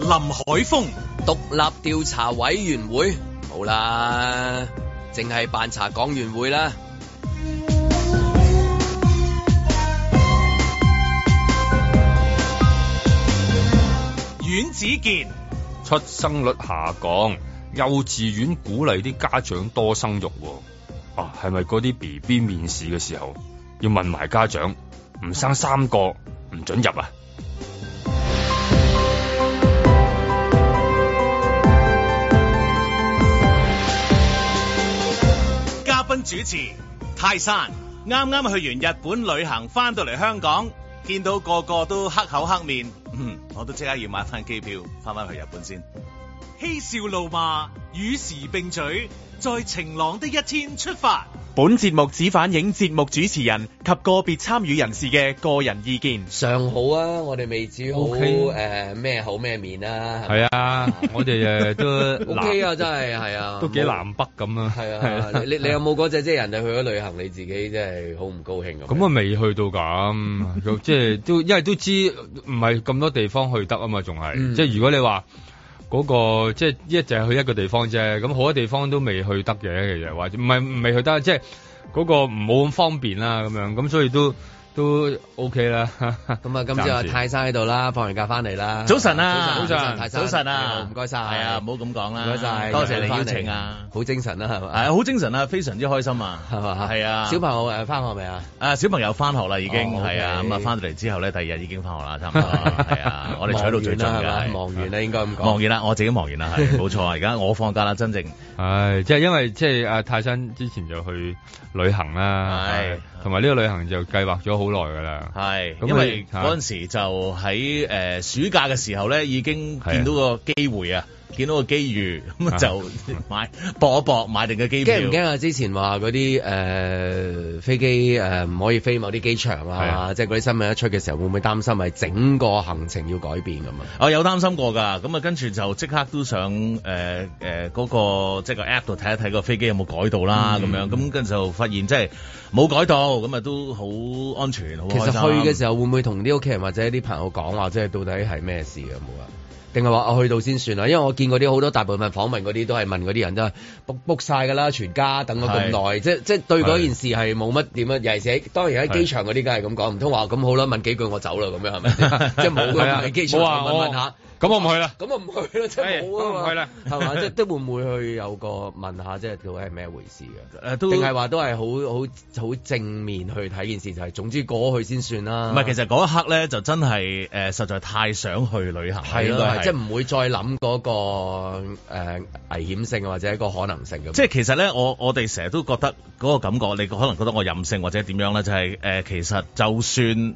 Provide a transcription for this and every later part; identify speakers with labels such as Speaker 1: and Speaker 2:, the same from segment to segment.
Speaker 1: 林海峰、
Speaker 2: 獨立調查委員會冇啦，淨係辦查港員會啦。
Speaker 1: 阮子健、
Speaker 3: 出生率下降，幼稚園鼓勵啲家長多生育喎。啊，係咪嗰啲 B B 面試嘅時候要問埋家長，唔生三個唔准入啊？
Speaker 1: 嘉賓主持泰山，啱啱去完日本旅行，翻到嚟香港，見到個個都黑口黑面，嗯，我都即刻要買翻機票，翻返去日本先。嬉笑怒罵，與時並舉，在晴朗的一天出發。
Speaker 4: 本節目只反映節目主持人及個別參與人士嘅個人意見。
Speaker 2: 上好啊，我哋未至於好
Speaker 3: OK
Speaker 2: 誒咩好咩面啦。
Speaker 3: 係啊，我哋誒 都
Speaker 2: O K 啊，真係係啊，
Speaker 3: 都幾南北咁啊。
Speaker 2: 係啊，你你你有冇嗰隻即係人哋去咗旅行，你自己真係好唔高興咁？
Speaker 3: 咁
Speaker 1: 啊
Speaker 3: 我未去到咁，
Speaker 2: 嗯
Speaker 3: 咁即係都因為都知唔係咁多地方去得啊嘛，仲係、
Speaker 2: 嗯
Speaker 3: 即係如果你話嗰、個即係一就係去一個地方啫，咁好多地方都未去得嘅，其實或者唔係未去得，即係嗰個唔冇咁方便啦，咁樣咁所以都都 OK 啦。
Speaker 2: 咁啊，今朝阿
Speaker 3: 暫時
Speaker 2: 泰山喺度啦，放完假翻嚟啦。
Speaker 1: 早晨啊，
Speaker 2: 早晨，早晨泰山
Speaker 1: 早晨
Speaker 2: 你好
Speaker 1: 啊，
Speaker 2: 唔該晒，
Speaker 1: 係啊，唔好咁講
Speaker 2: 唔
Speaker 1: 啦，
Speaker 2: 該晒，
Speaker 1: 多謝你邀請啊，
Speaker 2: 好精神啦，係
Speaker 1: 係
Speaker 2: 嘛？
Speaker 1: 啊，好精神啊，非常之開心啊，
Speaker 2: 係嘛？
Speaker 1: 係啊，
Speaker 2: 小朋友誒翻學未啊？
Speaker 1: 啊，小朋友翻學啦，已經
Speaker 2: 哦
Speaker 1: 係啊，
Speaker 2: OK
Speaker 1: 咁啊翻到嚟之後咧，第二日已經翻學啦，差唔多 係 啊，我哋取到最盡
Speaker 2: 忙完啦
Speaker 1: 嘅
Speaker 2: 係嘛，忙完啦，應該咁講。
Speaker 1: 忙完啦，我自己忙完啦， 係冇錯啊，而家我放假啦，真正
Speaker 3: 唉，即係因為即係阿泰山之前就去旅行啦，
Speaker 1: 係
Speaker 3: 同埋呢個旅行就計劃咗好耐㗎啦。
Speaker 1: 係，
Speaker 3: 咁
Speaker 1: 因為
Speaker 3: 你嚇
Speaker 1: 嗰陣時就喺誒暑假嘅時候咧，已經
Speaker 3: 係啊
Speaker 1: 見到個機會啊，見到個機遇，咁
Speaker 3: 啊
Speaker 1: 就買搏一搏，買定個機票。
Speaker 2: 驚唔驚啊？之前話嗰啲誒飛機誒唔可以飛某啲機場
Speaker 3: 係
Speaker 2: 啊，
Speaker 3: 啊
Speaker 2: 即係嗰啲新聞一出嘅時候，會唔會擔心係整個行程要改變咁啊？
Speaker 1: 我有擔心過㗎，咁啊跟住就即刻都上誒誒嗰個即係個 app 度睇一睇個飛機有冇改到啦咁、
Speaker 2: 嗯
Speaker 1: 樣，咁跟住就發現即係冇改到，咁啊都好安全，好
Speaker 2: 其實
Speaker 1: 開心。
Speaker 2: 去嘅時候會唔會同啲屋企人或者啲朋友講話，即係到底係咩事嘅冇啊？定係話我去到先算啦，因為我見嗰啲好多大部分訪問嗰啲都係問嗰啲人啊都係 book book 曬㗎啦，全家等咗咁耐，即即對嗰件事係冇乜點樣，尤其是喺當然喺機場嗰啲梗係咁講，唔通話咁好啦，問幾句我走啦咁樣係 咪先？即係冇
Speaker 3: 係
Speaker 2: 㗎，
Speaker 3: 啊
Speaker 2: 唔係機場
Speaker 3: 冇啊
Speaker 2: 問問下。
Speaker 3: 咁我唔去啦。
Speaker 2: 咁我唔去啦，即係冇啊
Speaker 3: 係咁唔去啦
Speaker 2: 係嘛？即係都會唔會去有個問下，即係到底係咩回事啊嘅？
Speaker 1: 誒呃都
Speaker 2: 定係話都係好好好正面去睇件事，就係、總之過去先算啦。
Speaker 1: 唔係，其實嗰一刻咧就真係誒、呃，實在太想去旅行啦，
Speaker 2: 係
Speaker 1: 應
Speaker 2: 咯
Speaker 1: 該，
Speaker 2: 係即係唔會再諗嗰、個誒、危險性或者一個可能性咁。
Speaker 1: 即係其實咧，我我哋成日都覺得嗰個感覺，你可能覺得我任性或者點樣咧，就係、呃其實就算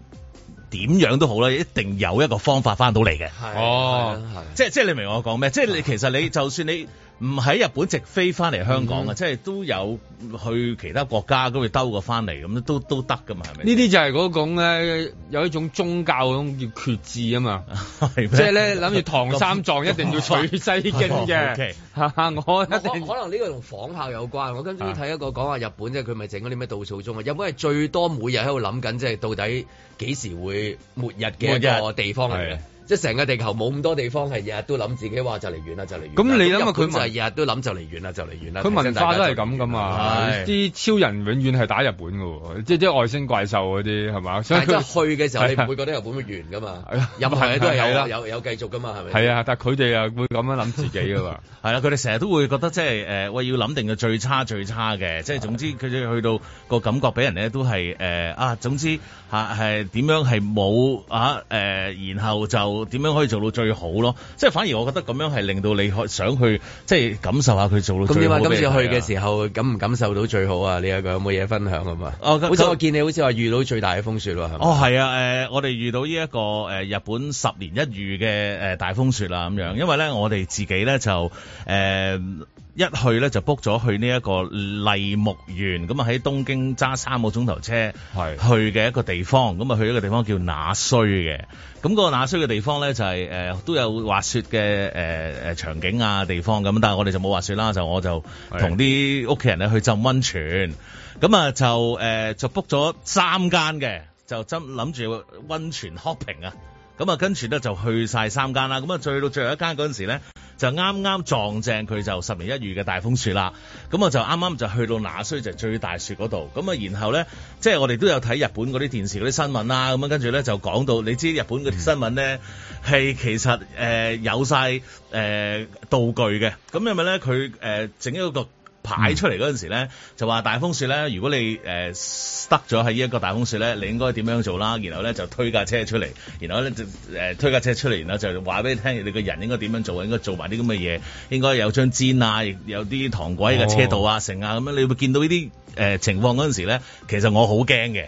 Speaker 1: 點樣都好啦，一定有一個方法翻到嚟嘅。
Speaker 2: 係
Speaker 3: 哦，
Speaker 2: 係啊
Speaker 1: 即係即係你明我講咩？即係你其 實你就算你唔喺日本直飛翻嚟香港啊，
Speaker 2: 嗯
Speaker 1: 即係都有去其他國家咁去兜過翻嚟咁都都得噶嘛，係咪？
Speaker 3: 呢啲就係嗰種咧，有一種宗教嗰種叫決志啊嘛，
Speaker 1: 係
Speaker 3: 即係咧諗住唐三藏一定要取西經
Speaker 1: 哦
Speaker 3: 嘅
Speaker 1: ，OK，
Speaker 3: 我一
Speaker 2: 可
Speaker 3: 定
Speaker 2: 可能呢個同仿效有關。我今朝睇一個講話日本即係佢咪整嗰啲咩倒數鐘啊？日本係最多每日喺度諗緊，即係到底幾時會末日嘅一個地方嚟
Speaker 3: 末
Speaker 2: 嘅
Speaker 3: 日。
Speaker 2: 即係成個地球冇咁多地方係日日都諗自己話就嚟完啦，就嚟完啦。
Speaker 3: 咁你諗下
Speaker 2: 日本
Speaker 3: 佢
Speaker 2: 就
Speaker 3: 文
Speaker 2: 係日日都諗就嚟完啦，就嚟完啦。
Speaker 3: 佢文化都係咁噶嘛
Speaker 1: 係，
Speaker 3: 啲超人永遠係打日本噶喎，即係啲外星怪獸嗰啲係嘛，所以
Speaker 2: 但係真
Speaker 3: 佢
Speaker 2: 係去嘅時候，你
Speaker 3: 係啊
Speaker 2: 唔會覺得日本會完噶嘛
Speaker 3: 係啊？
Speaker 2: 任何嘢都係
Speaker 3: 係
Speaker 2: 有
Speaker 3: 啦
Speaker 2: 有有繼續噶嘛？係咪？
Speaker 3: 係啊，但係佢哋啊會咁樣諗自己噶嘛，
Speaker 1: 係啦，佢哋成日都會覺得即係誒，喂要諗定個最差最差嘅，
Speaker 2: 啊
Speaker 1: 即係總之佢哋去到個感覺俾人咧都係誒、呃啊，總之嚇係點樣係冇啊誒、呃然後就點樣可以做到最好咯。即係反而我覺得咁樣係令到你去想去即係感受下佢做到
Speaker 2: 咁
Speaker 1: 最
Speaker 2: 點
Speaker 1: 好
Speaker 2: 啊？
Speaker 1: 俾
Speaker 2: 今
Speaker 1: 你
Speaker 2: 次去
Speaker 1: 睇啊。
Speaker 2: 嘅時候，感唔感受到最好啊？你有個有冇嘢分享啊嘛？
Speaker 1: 哦咁
Speaker 2: 好似
Speaker 1: 咁
Speaker 2: 我見你好似話遇到最大嘅風雪喎，係咪？
Speaker 1: 哦，係啊，誒、我哋遇到呢、一個誒、日本十年一遇嘅誒、大風雪啦，咁樣，因為咧我哋自己咧就誒、一去咧就 book 咗去呢一個麗木園，咁啊喺東京揸三個鐘頭車
Speaker 3: 係
Speaker 1: 去嘅一個地方，咁啊去一個地方叫那須嘅，咁、個那須嘅地方咧就係、誒都有滑雪嘅誒誒場景啊地方咁，但係我哋就冇滑雪啦，就我就
Speaker 3: 係
Speaker 1: 同啲屋企人咧去浸温泉。咁啊就誒、呃就 book 咗三間嘅，就真諗住温泉 hopping 啊，咁啊跟住咧就去晒三間啦，咁啊最到最後一間嗰陣時咧，就啱啱撞正佢就十年一遇嘅大風雪啦，咁啊我就啱啱就去到那須就最大雪嗰度，咁啊然後咧即係我哋都有睇日本嗰啲電視嗰啲新聞啦，咁啊跟住咧就講到你知日本嗰啲新聞咧係其實誒、呃有晒誒、呃道具嘅，咁因為咧佢誒整一個。牌出嚟嗰陣時咧，就話大風雪咧，如果你誒得咗喺呢一個大風雪咧，你應該點樣做啦？然後咧就推架車出嚟，然後咧就誒、呃推架車出嚟，然後就話俾你聽，你個人應該點樣做，應該做埋啲咁嘅嘢，應該有張氈啊，亦有啲糖果喺個車度
Speaker 3: 哦
Speaker 1: 啊，成啊咁樣，你會見到呢啲誒情況嗰陣時咧，其實我好驚嘅。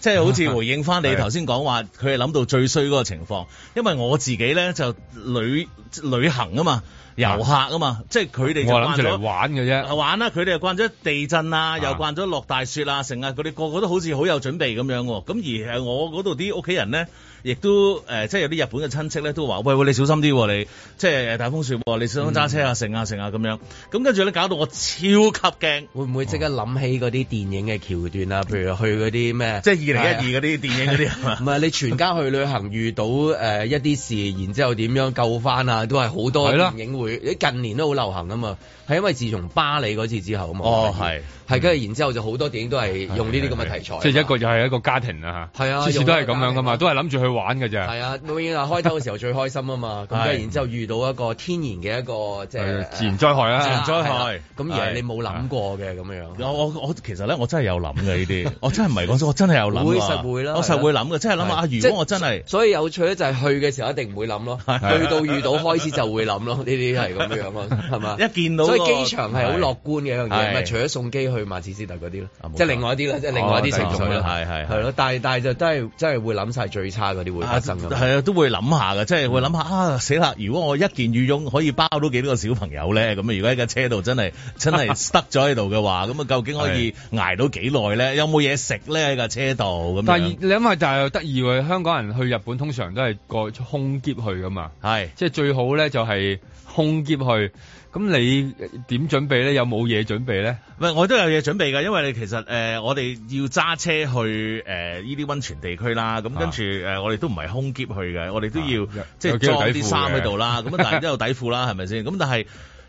Speaker 1: 即係好似回應翻你頭先講話，佢係諗到最衰嗰個情況，因為我自己咧就旅旅行啊嘛，遊客啊嘛，即係佢哋就
Speaker 3: 我諗
Speaker 1: 慣
Speaker 3: 住
Speaker 1: 咗
Speaker 3: 嚟玩嘅啫。
Speaker 1: 啊玩啦，佢哋又慣咗地震啊，又慣咗落大雪啊，成啊，佢哋個個都好似好有準備咁樣喎。咁而係呃我嗰度啲屋企人咧，亦都誒、呃即係有啲日本嘅親戚咧，都話：喂喂，你小心啲喎、你即係大風雪喎、你小心揸車啊，成啊成啊咁樣。咁跟住咧，搞到我超級驚。
Speaker 2: 會唔會即刻諗起嗰啲電影嘅橋段啊？譬如去嗰啲咩，啊
Speaker 1: 即係啊二零一二嗰啲電影 嗰啲係嘛
Speaker 2: 唔係你全家去旅行遇到誒、呃一啲事，然之後點樣救翻啊，都係好多
Speaker 3: 係啦
Speaker 2: 電影會，近年都好流行啊嘛。係因為自從巴黎嗰次之後啊嘛，
Speaker 1: 哦
Speaker 2: 我發現係跟住然之後就好多電影都係用呢啲咁嘅題材，
Speaker 3: 嗯
Speaker 2: 啊
Speaker 3: 即係一個又係一個家庭啊嚇，
Speaker 2: 係啊
Speaker 3: 次次都係咁樣噶
Speaker 2: 用
Speaker 3: 嘛，
Speaker 2: 呢個家庭
Speaker 3: 都係諗住去玩嘅啫。
Speaker 2: 係啊，永遠啊開頭嘅時候最開心啊嘛，咁跟住然之後遇到一個天然嘅一個即係
Speaker 3: 係自然災
Speaker 2: 啊
Speaker 3: 害啦，
Speaker 1: 自然災害
Speaker 2: 係啦咁而係
Speaker 1: 係啊
Speaker 2: 你冇諗過嘅咁樣。
Speaker 1: 我我我其實咧，我真係有諗嘅呢啲，我真係唔係講笑，我真係有諗啊
Speaker 2: 會實會啦
Speaker 1: 我實會諗嘅，真係諗下，啊
Speaker 2: 係
Speaker 1: 如果我真係
Speaker 2: 即所以有趣咧，就係去嘅時候一定唔會諗咯，
Speaker 1: 係
Speaker 2: 去到遇到開始就會諗咯，呢啲係咁樣咯， 係嘛？
Speaker 1: 一見到
Speaker 2: 所以
Speaker 1: 個
Speaker 2: 機場係好樂觀嘅一樣嘢，
Speaker 1: 係
Speaker 2: 咪除咗送機去馬切斯特嗰啲咯
Speaker 1: 啊冇，錯
Speaker 2: 即係另外一啲啦，即係另外一啲情緒
Speaker 1: 哦
Speaker 2: 啦，
Speaker 1: 係係係
Speaker 2: 係咯。但係但係就真係真係會諗晒最差嗰啲會發生㗎嘛。嗯
Speaker 1: 係啊，都會諗下嘅，即係會諗下啊死啦！如果我一件羽絨可以包到幾多個小朋友咧？咁啊，如果喺架車度真係真係 塞咗喺度嘅話，咁啊，究竟可以捱到幾耐咧？有冇嘢食咧喺架車度咁
Speaker 3: 但係
Speaker 1: 樣？
Speaker 3: 你諗下，就係得意喎。香港人去日本通常都係個空劫去噶嘛，
Speaker 1: 係
Speaker 3: 即係最好咧就係空劫去。咁你呃點準備咧？有冇嘢準備咧？
Speaker 1: 喂，我都有嘢準備㗎，因為你其實誒、呃我哋要揸車去誒呢啲温泉地區啦，咁跟住誒、呃我哋都唔係空劫去嘅，我哋都要、
Speaker 3: 啊
Speaker 1: 即係
Speaker 3: 有幾條
Speaker 1: 裝
Speaker 3: 底褲
Speaker 1: 啲衫
Speaker 3: 嘅
Speaker 1: 喺度啦， 咁啊，但係都有底褲啦，係咪先？咁但係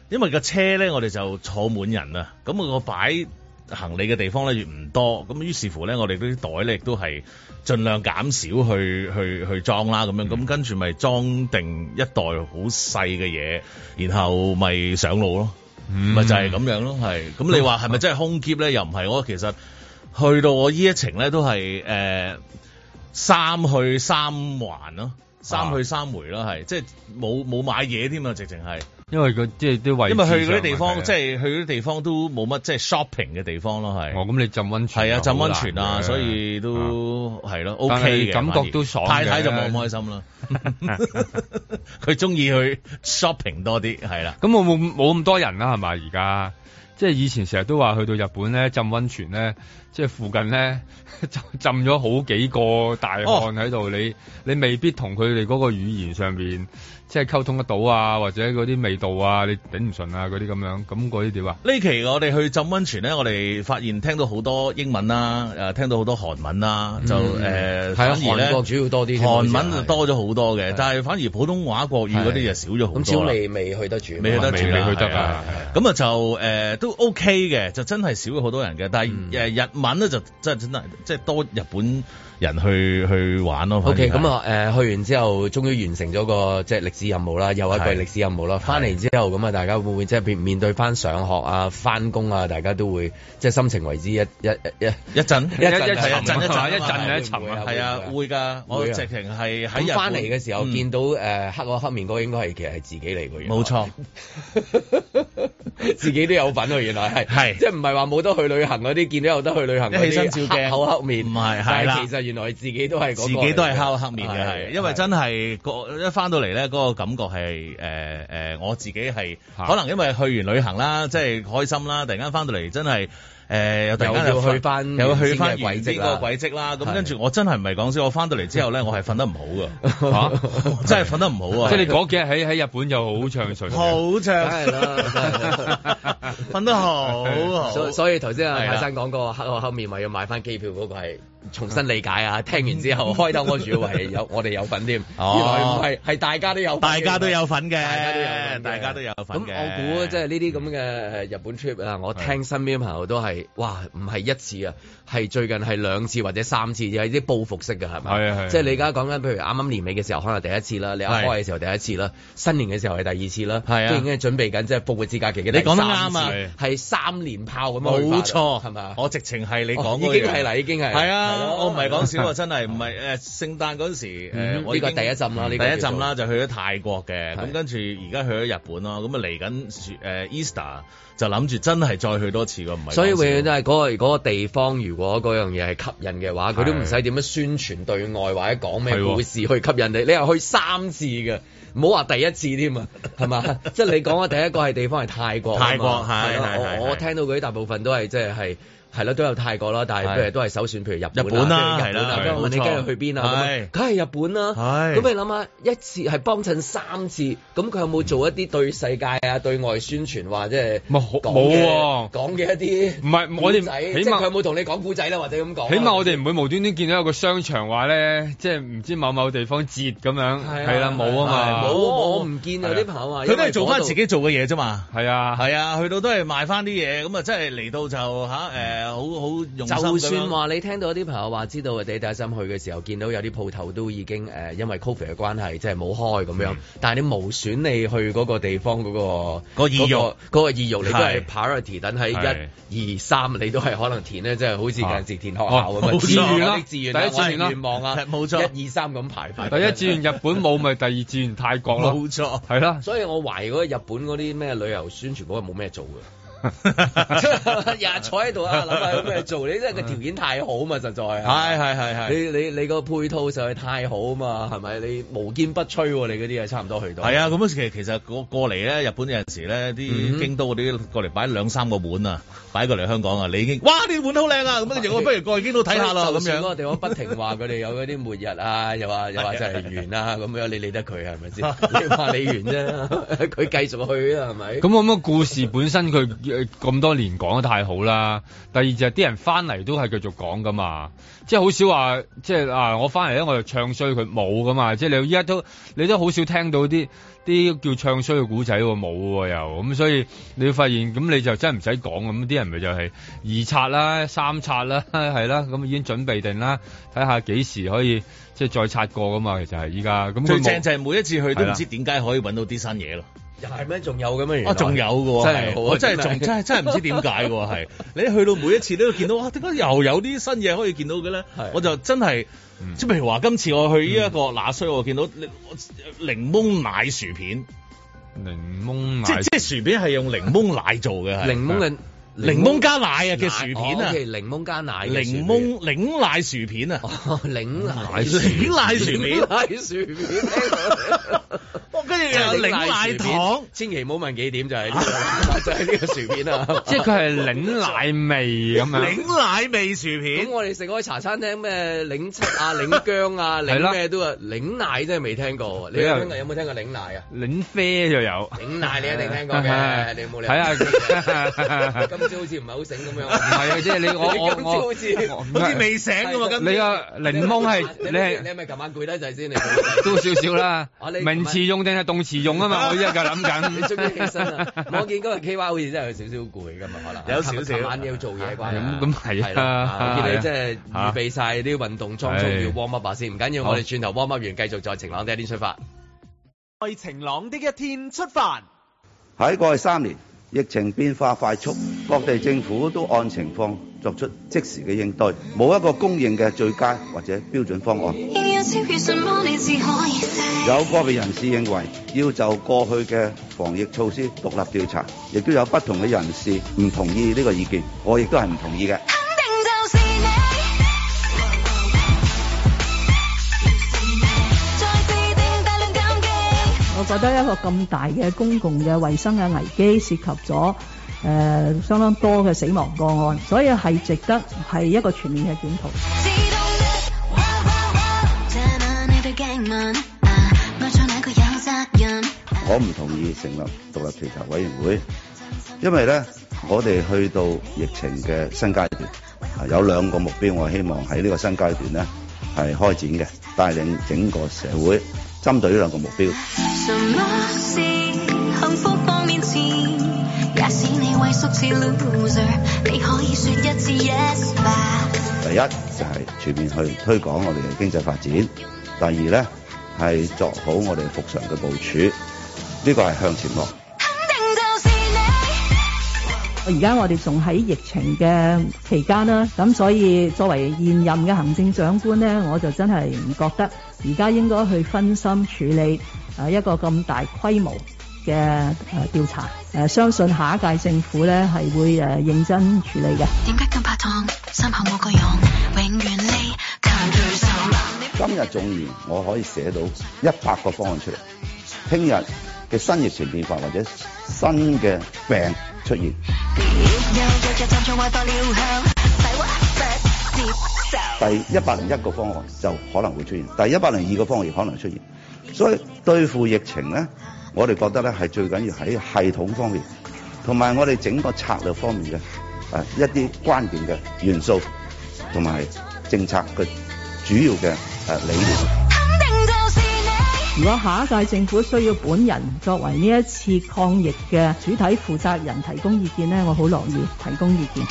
Speaker 1: 因為個車咧，我哋就坐滿人啊，咁我擺行李嘅地方咧越唔多，咁於是乎咧，我哋嗰啲袋咧亦都係盡量減少去去去裝啦，咁樣咁跟住咪裝定一袋好細嘅嘢，然後咪上路咯。
Speaker 3: 嗯
Speaker 1: 咪就係咁樣咯，係咁你話係咪真係空劫咧？又唔係，我其實去到我呢一程咧，都係誒、呃三去三環
Speaker 3: 啊
Speaker 1: 咯，三去三回咯，係即係冇冇買嘢添啊，直情係，
Speaker 3: 因為佢即係啊啲位置
Speaker 1: 因為去嗰啲地
Speaker 3: 上
Speaker 1: 方
Speaker 3: 係
Speaker 1: 即係去嗰啲地方都冇乜即係 shopping 嘅地方咯，
Speaker 3: 哦，
Speaker 1: 係。
Speaker 3: 咁你浸温泉
Speaker 1: 係啊，
Speaker 3: 就
Speaker 1: 浸
Speaker 3: 好
Speaker 1: 温泉啊，
Speaker 3: 難嘅啊
Speaker 1: 所以都係
Speaker 3: 但係
Speaker 1: 咯，OK 嘅，
Speaker 3: 感覺
Speaker 1: 反而
Speaker 3: 都爽嘅
Speaker 1: 太太就冇咁開 心啦， 佢中意去 shopping 多啲，係啦。
Speaker 3: 咁我冇冇咁多人啦，係嘛？而家即係以前成日都話去到日本咧浸温泉咧，即係附近咧 浸浸咗好幾個大
Speaker 1: 哦
Speaker 3: 漢喺度，你你未必同佢哋嗰個語言上面即係溝通得到啊，或者嗰啲味道啊，你頂唔順啊嗰啲咁樣，咁嗰啲點啊？
Speaker 1: 呢期我哋去浸温泉咧，我哋發現聽到好多英文啦，誒、聽到好多韓文啦，就誒、
Speaker 2: 嗯係
Speaker 1: 反
Speaker 2: 啊，
Speaker 1: 而
Speaker 2: 韓國
Speaker 1: 咧
Speaker 2: 主要多啲添，
Speaker 1: 韓文
Speaker 2: 好似
Speaker 1: 就
Speaker 2: 係
Speaker 1: 多咗好多嘅
Speaker 2: 係，
Speaker 1: 但係反而普通話國語嗰啲就少咗好
Speaker 2: 咁小
Speaker 1: 多啦。
Speaker 2: 未未去得住，
Speaker 1: 未去得
Speaker 3: 未
Speaker 1: 住啦
Speaker 3: 未去得
Speaker 1: 係
Speaker 3: 啊
Speaker 1: 啊！咁啊就誒、都 OK 嘅，就真係少咗好多人嘅，但係
Speaker 2: 嗯
Speaker 1: 誒、日文咧就真係真係即係多日本人去去玩咯。
Speaker 2: O.K.
Speaker 1: 反而係
Speaker 2: 咁啊，誒、去完之後，終於完成咗個即係歷史任務啦，又一季
Speaker 1: 係
Speaker 2: 歷史任務啦。翻嚟之後，咁啊，大家會唔會即係面面對翻上學啊、翻工啊，大家都會即係心情為之一一一一
Speaker 1: 一陣
Speaker 2: 一陣
Speaker 1: 係啊
Speaker 2: 一
Speaker 1: 一陣
Speaker 2: 陣
Speaker 1: 一陣
Speaker 3: 一陣
Speaker 1: 係
Speaker 3: 一陣啊
Speaker 1: 係啊，會㗎，我
Speaker 2: 會啊
Speaker 1: 直情係喺日
Speaker 2: 咁
Speaker 1: 本
Speaker 2: 翻嚟嘅時候，
Speaker 1: 嗯
Speaker 2: 見到誒、黑我黑面嗰個應該係其實係自己嚟嘅，原來
Speaker 1: 冇錯。
Speaker 2: 自己都有份喎，原來係
Speaker 1: 係
Speaker 2: 即係唔係話冇得去旅行嗰啲，見到有得去旅行嗰啲
Speaker 1: 一起身照鏡
Speaker 2: 黑口黑面，
Speaker 1: 唔係係
Speaker 2: 但
Speaker 1: 啦
Speaker 2: 其實原來自己都係嗰個
Speaker 1: 自己都係
Speaker 2: 嚟嘅
Speaker 1: 敲黑面嘅，係因為真係個一翻到嚟咧，嗰、個感覺係誒誒，我自己係
Speaker 3: 嚇
Speaker 1: 可能因為去完旅行啦，即係開心啦，突然間翻到嚟真係誒、又突然間
Speaker 2: 又要去返
Speaker 1: 又要去翻
Speaker 2: 原
Speaker 1: 原
Speaker 2: 先嘅軌跡
Speaker 1: 先
Speaker 2: 啦
Speaker 1: 嗰個軌跡啦，咁
Speaker 2: 係
Speaker 1: 跟住我真係唔係講笑，我翻到嚟之後咧，我係瞓得 唔好
Speaker 3: 啊嚇
Speaker 1: 噶， 真係瞓得唔好啊！
Speaker 3: 即係你嗰幾日喺喺日本就好暢順嘅。
Speaker 1: 好
Speaker 2: 梗
Speaker 1: 長，
Speaker 2: 係啦，
Speaker 1: 瞓得好好
Speaker 2: 所所以頭先阿
Speaker 1: 哦係啦
Speaker 2: 泰山講過黑我黑面咪要買翻機票嗰個係重新理解啊！聽完之 後，開頭我仲以為有我哋有份添，
Speaker 1: 嗯哦
Speaker 2: 原來唔係，係大家都有份嘅，
Speaker 1: 大家都有
Speaker 2: 啊
Speaker 1: 份
Speaker 2: 大家都有份
Speaker 1: 嘅，
Speaker 2: 嘅
Speaker 1: 大家都有份
Speaker 2: 咁
Speaker 1: 嘅。
Speaker 2: 我估即係呢啲咁嘅誒日本 trip 啊，我聽身邊朋友都係，哇，唔係一次啊，係最近係兩次或者三次，有啲報復式嘅係咪？
Speaker 3: 係啊係啊
Speaker 2: 即係你而家講緊，譬如啱啱年尾嘅時候可能第一次啦，你一
Speaker 1: 係
Speaker 2: 開嘅時候第一次啦，新年嘅時候係第二次啦，
Speaker 1: 係
Speaker 2: 跟
Speaker 1: 啊
Speaker 2: 住已經係準備緊即係復活節假期嘅
Speaker 1: 你
Speaker 2: 第
Speaker 1: 講得
Speaker 2: 三
Speaker 1: 啱啊
Speaker 2: 次係三連炮咁樣去發啦
Speaker 1: 冇錯，
Speaker 2: 係咪？啊
Speaker 1: 我直情係你講
Speaker 2: 哦已經係啦已經係啦
Speaker 1: 係啊
Speaker 2: 係，咯
Speaker 1: 我唔係講笑啊，真係唔係誒聖誕嗰陣時
Speaker 2: 嗯
Speaker 1: 誒，我已經
Speaker 2: 呢個第一陣啦呢個
Speaker 1: 第一
Speaker 2: 叫
Speaker 1: 陣
Speaker 2: 做
Speaker 1: 啦，就去咗泰國嘅，咁
Speaker 2: 係
Speaker 1: 跟住而家去咗日本咯，咁啊嚟緊暑誒 Easter 就諗住真係再去多次㗎，唔係講笑。
Speaker 2: 所以永遠都係嗰、個嗰個地方，如果嗰樣嘢係吸引嘅話，佢都唔使點樣宣傳對外或者講咩故事去吸引你。你又去三次嘅，唔好話第一次添 啊，係嘛？即係你講嘅第一個係地方係泰國啊嘛，
Speaker 1: 泰國係
Speaker 2: 啊
Speaker 1: 係係
Speaker 2: 我我
Speaker 1: 係
Speaker 2: 聽到佢啲大部分都係即係係。係啦，都有泰國啦，但係
Speaker 1: 係
Speaker 2: 譬如都係首選，譬如日
Speaker 1: 日
Speaker 2: 本
Speaker 1: 本啦
Speaker 2: 譬如日本
Speaker 1: 係
Speaker 2: 啦
Speaker 1: 啦，
Speaker 2: 咁問你
Speaker 1: 冇錯
Speaker 2: 跟住去邊啊？咁
Speaker 1: 係
Speaker 2: 啊梗係日本啦。
Speaker 1: 係
Speaker 2: 咁你諗下，一次係幫襯三次，咁佢有冇做一啲對世界啊、對外宣傳話即係
Speaker 3: 咪好
Speaker 2: 講
Speaker 3: 冇
Speaker 2: 嘅
Speaker 3: 喎
Speaker 2: 講嘅一啲
Speaker 3: 唔係我哋
Speaker 2: 古仔
Speaker 3: 起碼
Speaker 2: 即係佢有冇同你講古仔啦，或者咁講啊？
Speaker 3: 起碼我哋唔會無端端見到有個商場話咧，即係唔知某某地方折咁樣，係啦冇啊
Speaker 2: 係
Speaker 3: 嘛，啊
Speaker 2: 冇
Speaker 1: 冇
Speaker 2: 我唔見有啲朋友話，
Speaker 1: 佢都係
Speaker 2: 因
Speaker 1: 做
Speaker 2: 為嗰
Speaker 1: 翻
Speaker 2: 度
Speaker 1: 自己做嘅嘢啫嘛。
Speaker 3: 係啊，
Speaker 1: 係啊，去到都係賣翻啲嘢，咁啊真係嚟到就吓誒好好用心咁樣
Speaker 2: 就算話你聽到有啲朋友話知道地底心去嘅時候，見到有啲鋪頭都已經誒、呃因為 Covid 嘅關係，即係冇開咁樣。
Speaker 3: 嗯
Speaker 2: 但係你無損你去嗰個地方嗰、個
Speaker 1: 個意欲
Speaker 2: 嗰、個嗰個意欲，你都係
Speaker 1: 係
Speaker 2: priority 等喺一二三，你都係可能填咧，即係好似
Speaker 3: 啊
Speaker 2: 近陣時填學校咁
Speaker 1: 哦
Speaker 2: 樣，
Speaker 1: 冇錯
Speaker 2: 志願啦
Speaker 3: 第一
Speaker 2: 志願啦，
Speaker 3: 志願啦
Speaker 2: 我願望啊，
Speaker 1: 係冇錯
Speaker 2: 一二三咁排排。
Speaker 3: 第一志願日本冇咪第二志願泰國咯，
Speaker 1: 冇錯。
Speaker 3: 係啦，
Speaker 2: 所以我懷疑嗰日本嗰啲咩旅遊宣傳嗰個冇咩 做嘅，日日坐喺度啊諗下有咩做，你真係個條件太好嘛，實在係
Speaker 1: 係係係係。
Speaker 2: 你你你個配套實在太好嘛，係咪？你無堅不摧喎、你嗰啲嘢差唔多去到。
Speaker 1: 係啊，咁啊其其實過過嚟咧，日本有陣時咧，
Speaker 2: 嗯
Speaker 1: 啲京都嗰啲過嚟擺兩三個碗啊，擺過嚟香港啊，你已經哇呢碗好靚啊，咁 跟住我不如過去京都睇下啦
Speaker 2: 所以
Speaker 1: 咁
Speaker 2: 就算嗰個
Speaker 1: 樣。
Speaker 2: 地方不停話佢哋有嗰啲末日啊， 又話又話就係完啊咁樣，你理得佢係咪 先？你話你完啫，佢繼續去啊，係咪？
Speaker 3: 咁我諗個故事本身佢呃咁多年講得太好啦。第二就係啲人翻嚟都係繼續講噶嘛，即係好少話即係啊我翻嚟咧我就唱衰佢冇噶嘛，即係你依家都你都好少聽到啲啲叫唱衰嘅古仔喎冇喎又咁，所以你會發現咁你就真係唔使講咁啲人咪就係二刷啦、三刷啦， 係啦，咁已經準備定啦，睇下幾時可以即係再刷過噶嘛，其實係依家咁佢
Speaker 1: 最
Speaker 3: 冇
Speaker 1: 正就係每一次去都唔知點解可以揾到啲新嘢咯。
Speaker 2: 又係咩？啊仲有咁樣原來
Speaker 1: 哦，仲有嘅喎，
Speaker 2: 真係
Speaker 1: 係
Speaker 2: 好啊
Speaker 1: 我真係
Speaker 2: 真係
Speaker 1: 仲真係真係唔知點解嘅喎，係你去到每一次都見到哇，點解又有啲新嘢可以見到嘅咧
Speaker 2: 係？嗯
Speaker 1: 我就真係即係譬如話，今次我去呢一個那須，我見到檸檸檬奶薯片，
Speaker 3: 檸檬
Speaker 1: 即
Speaker 3: 奶
Speaker 1: 即係薯片係用檸檬奶做嘅，係
Speaker 2: 檸檬嘅
Speaker 1: 檸檬加奶啊嘅薯片
Speaker 2: 哦
Speaker 1: 啊，
Speaker 2: ，OK，檸檬加奶嘅薯片
Speaker 1: 檸檬檸奶薯 片啊，
Speaker 2: 哦，檸奶薯片
Speaker 1: 檸奶薯片，啊
Speaker 2: 奶薯片。
Speaker 1: 哦跟住又有檸奶糖，
Speaker 2: 千祈唔好問幾點就係呢個就係呢個薯片啊！
Speaker 3: 即係佢係檸奶味咁樣。
Speaker 1: 檸奶味薯
Speaker 2: 咁
Speaker 1: 片，
Speaker 2: 我哋食嗰啲茶餐廳咩檸七啊、檸薑啊、
Speaker 3: 係啦
Speaker 2: 檸咩都啊，檸奶真係未聽過。你有冇聽過有冇聽過檸奶啊？
Speaker 3: 檸啡就有，啊
Speaker 2: 檸奶你一定 聽過嘅，你冇理由。
Speaker 3: 睇下
Speaker 2: 你今朝好似唔係好醒咁樣。
Speaker 3: 啊唔係啊即係你我我
Speaker 2: 你今朝好似。
Speaker 1: 好似未醒㗎嘛，今
Speaker 3: 你個檸檬係
Speaker 2: 你
Speaker 3: 你
Speaker 2: 係你
Speaker 3: 係
Speaker 2: 係咪琴晚攰得滯先？你
Speaker 3: 都少少啦
Speaker 2: 啊你，
Speaker 3: 名詞用定係動詞用 啊嘛？我依家就諗
Speaker 2: 你
Speaker 3: 緊。
Speaker 2: 終於起身啦！我見嗰日 K Y 好似真係有少少攰㗎嘛，可能
Speaker 1: 有少少
Speaker 2: 琴晚要做嘢關係
Speaker 3: 咁咁係啊
Speaker 2: 係啦我見你真係
Speaker 3: 係啊
Speaker 2: 預備晒啲運動裝束要
Speaker 3: 係
Speaker 2: warm up 下先，唔緊要，
Speaker 3: 好
Speaker 2: 我哋轉頭 warm up 完，繼續再晴朗的一天出發。
Speaker 4: 在晴朗的一天出發。
Speaker 5: 喺過去三年，疫情變化快速，各地政府都按情況作出即時嘅應對，冇一個公認嘅最佳或者標準方案。
Speaker 6: 要超越什麼你至可以飛？
Speaker 5: 有個別人士認為要就過去嘅防疫措施獨立調查，亦都有不同嘅人士唔同意呢個意見，我亦都係唔同意嘅。
Speaker 6: 肯定就是你。再自定大量減記，
Speaker 7: 我覺得一個咁大嘅公共嘅衞生嘅危機，涉及咗誒、呃相當多嘅死亡個案，所以係值得係一個全面嘅檢討。
Speaker 6: 自動的。哇哇哇！這晚你對鏡問，啊愛上哪個有責任？
Speaker 5: 我唔同意成立獨立調查委員會，因為咧，我哋去到疫情嘅新階段，啊有兩個目標，我希望喺呢個新階段咧係開展嘅，帶領整個社會針對呢兩個目標。
Speaker 6: 什麼事？幸福放面前，也使你畏縮似 loser。你可以說一次 yes 吧。
Speaker 5: 第一就係、全面去推廣我哋嘅經濟發展，第二咧係作好我哋復常嘅部署，呢、個係向前望。
Speaker 6: 肯定就是你。
Speaker 7: 而家我哋仲喺疫情嘅期間啦，咁所以作為現任嘅行政長官呢，我就真係唔覺得而家應該去分心處理誒一個咁大規模嘅誒調查。誒相信下一屆政府呢係會誒認真處理嘅。
Speaker 6: 點解咁拍檔？心口冇個用，永遠匿強對手。
Speaker 5: 今日縱然我可以寫到一百個方案出嚟，聽日嘅新疫情變化或者新嘅病出現，
Speaker 6: 別又日日站在外多了向，廢話不接受。
Speaker 5: 第一百零一個方案就可能會出現，第一百零二個方案亦可能出現。所以對付疫情咧，我哋覺得咧係最緊要喺系統方面，同埋我哋整個策略方面嘅啊一啲關鍵嘅元素，同埋政策嘅主要嘅誒理念。
Speaker 6: 肯定就是你。
Speaker 7: 如果下一屆政府需要本人作為呢一次抗疫嘅主體負責人提供意見呢，我好樂意提供意見。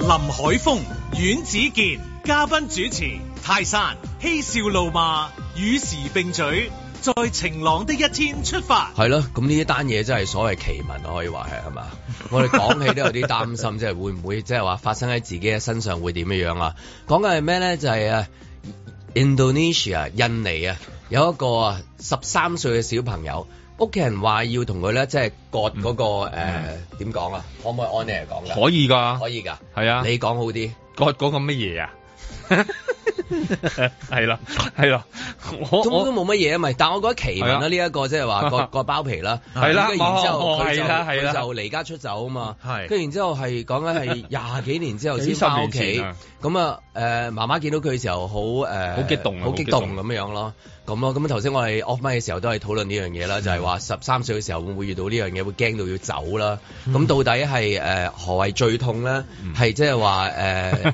Speaker 4: 林海峰、阮子健，嘉賓主持泰山，嬉笑怒罵，與時並舉，在晴朗的一天出 發。
Speaker 2: 係咯，咁呢一單嘢真係所謂奇聞，可以話係係 嘛？我哋講起都有啲擔心，即係會唔會即係話發生喺自己嘅身上會點樣樣啊？講緊係咩咧？就係、誒 Indonesia 印尼啊，有一個啊十三歲嘅小朋友，屋企人話要同佢咧，即係割嗰、個誒點講啊？可唔可以 on air 講㗎？
Speaker 3: 嗯可以㗎，
Speaker 2: 可以㗎，
Speaker 3: 係啊，
Speaker 2: 你講好啲。
Speaker 3: 割嗰個乜嘢啊？ 係啦，係啦，我
Speaker 2: 都
Speaker 3: 我
Speaker 2: 都冇乜嘢啊，咪，但我覺得奇聞
Speaker 3: 哦係
Speaker 2: 啦，
Speaker 3: 啊
Speaker 2: 呢一個即係 話個個包皮啦，
Speaker 3: 係啦
Speaker 2: 跟住然之後
Speaker 3: 哦
Speaker 2: 佢就
Speaker 3: 係啦係
Speaker 2: 佢
Speaker 3: 啦
Speaker 2: 就離家出走啊嘛，
Speaker 1: 係
Speaker 2: 跟住然之後係講緊 係廿幾年之後先
Speaker 3: 幾十
Speaker 2: 翻屋
Speaker 3: 年
Speaker 2: 企
Speaker 3: 前啊，
Speaker 2: 咁啊誒媽媽見到佢嘅時候好誒
Speaker 3: 好激動啊
Speaker 2: 好
Speaker 3: 好
Speaker 2: 激
Speaker 3: 激
Speaker 2: 動
Speaker 3: 動
Speaker 2: 咁樣咯，咁咯，咁頭先我哋 off mic 嘅時候都係討論呢樣嘢啦，就係話十三歲嘅時候會唔會遇到呢樣嘢，會驚到要走啦，咁到底係誒何謂最痛咧？係即係話誒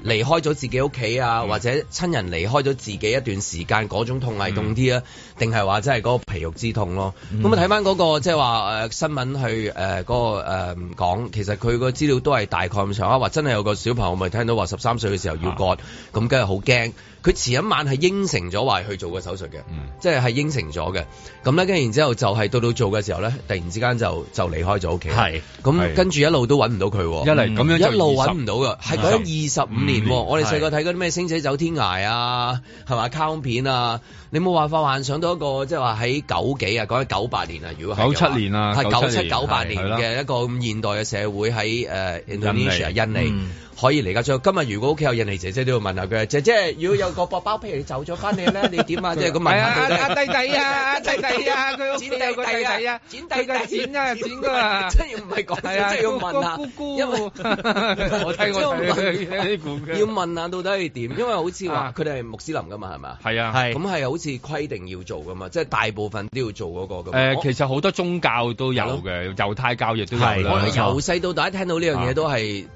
Speaker 2: 離開咗自己屋企啊，或者親人離開咗自己一段時間嗰種痛係痛啲啊，定係話真係嗰個皮肉之痛咯？咁啊睇翻嗰個即係話誒呃新聞去誒嗰個誒講，其實佢個資料都係大概咁上下，話真係有個小朋友咪聽到話十三歲嘅時候要割，咁梗係好驚。佢前一晚係應承咗話去做個手術嘅，
Speaker 3: 嗯
Speaker 2: 即係係應承咗嘅。咁咧跟住然之後就係到到做嘅時候咧，突然之間就就離開咗屋企。
Speaker 1: 係
Speaker 2: 咁
Speaker 3: 係
Speaker 2: 跟住一路都揾唔到佢喎。
Speaker 3: 一
Speaker 8: 嗯
Speaker 3: 嚟咁樣就
Speaker 2: 一路
Speaker 3: 20
Speaker 2: 揾唔到噶，係講緊二十五年
Speaker 3: 五
Speaker 2: 喎。
Speaker 3: 年
Speaker 2: 我哋細個睇嗰啲咩《星仔走天涯》啊，係嘛卡通片啊，你冇辦法幻想到一個即係話喺九幾啊，講緊九八年啊，如果係嘅話
Speaker 3: 97年啊
Speaker 2: 係九
Speaker 3: 97
Speaker 2: 七
Speaker 3: 年
Speaker 2: 九八
Speaker 3: 係
Speaker 2: 年
Speaker 3: 係啦
Speaker 2: 嘅一個咁現代嘅社會喺誒 Indonesia 印
Speaker 1: 尼
Speaker 2: 尼
Speaker 1: 嗯。
Speaker 2: 可以嚟家最後今日如果屋企有印尼姐姐都要問下佢，姐姐如果有個薄包皮你走咗翻嚟咧，你點啊？即係咁問下佢。
Speaker 8: 弟弟啊，阿弟弟啊，佢屋企有個弟弟啊，
Speaker 2: 剪弟
Speaker 8: 佢個
Speaker 2: 弟
Speaker 8: 剪啊，剪噶嘛。
Speaker 2: 真係唔係講笑，
Speaker 3: 啊
Speaker 2: 真係要問下，
Speaker 8: 姑姑，
Speaker 2: 因為
Speaker 8: 我睇我睇呢股
Speaker 2: 要問啊下到底係點，因為好似話
Speaker 8: 啊
Speaker 2: 佢哋係穆斯林噶嘛，係嘛？
Speaker 3: 係啊，
Speaker 1: 係
Speaker 2: 咁係好似規定要做噶嘛，即係大部分都要做嗰個
Speaker 3: 誒、
Speaker 2: 咁。我
Speaker 3: 其實好多宗教都有嘅，猶太教亦都有
Speaker 1: 係
Speaker 2: 我
Speaker 1: 冇
Speaker 3: 啦
Speaker 1: 錯，
Speaker 2: 由細到大聽到呢樣嘢都係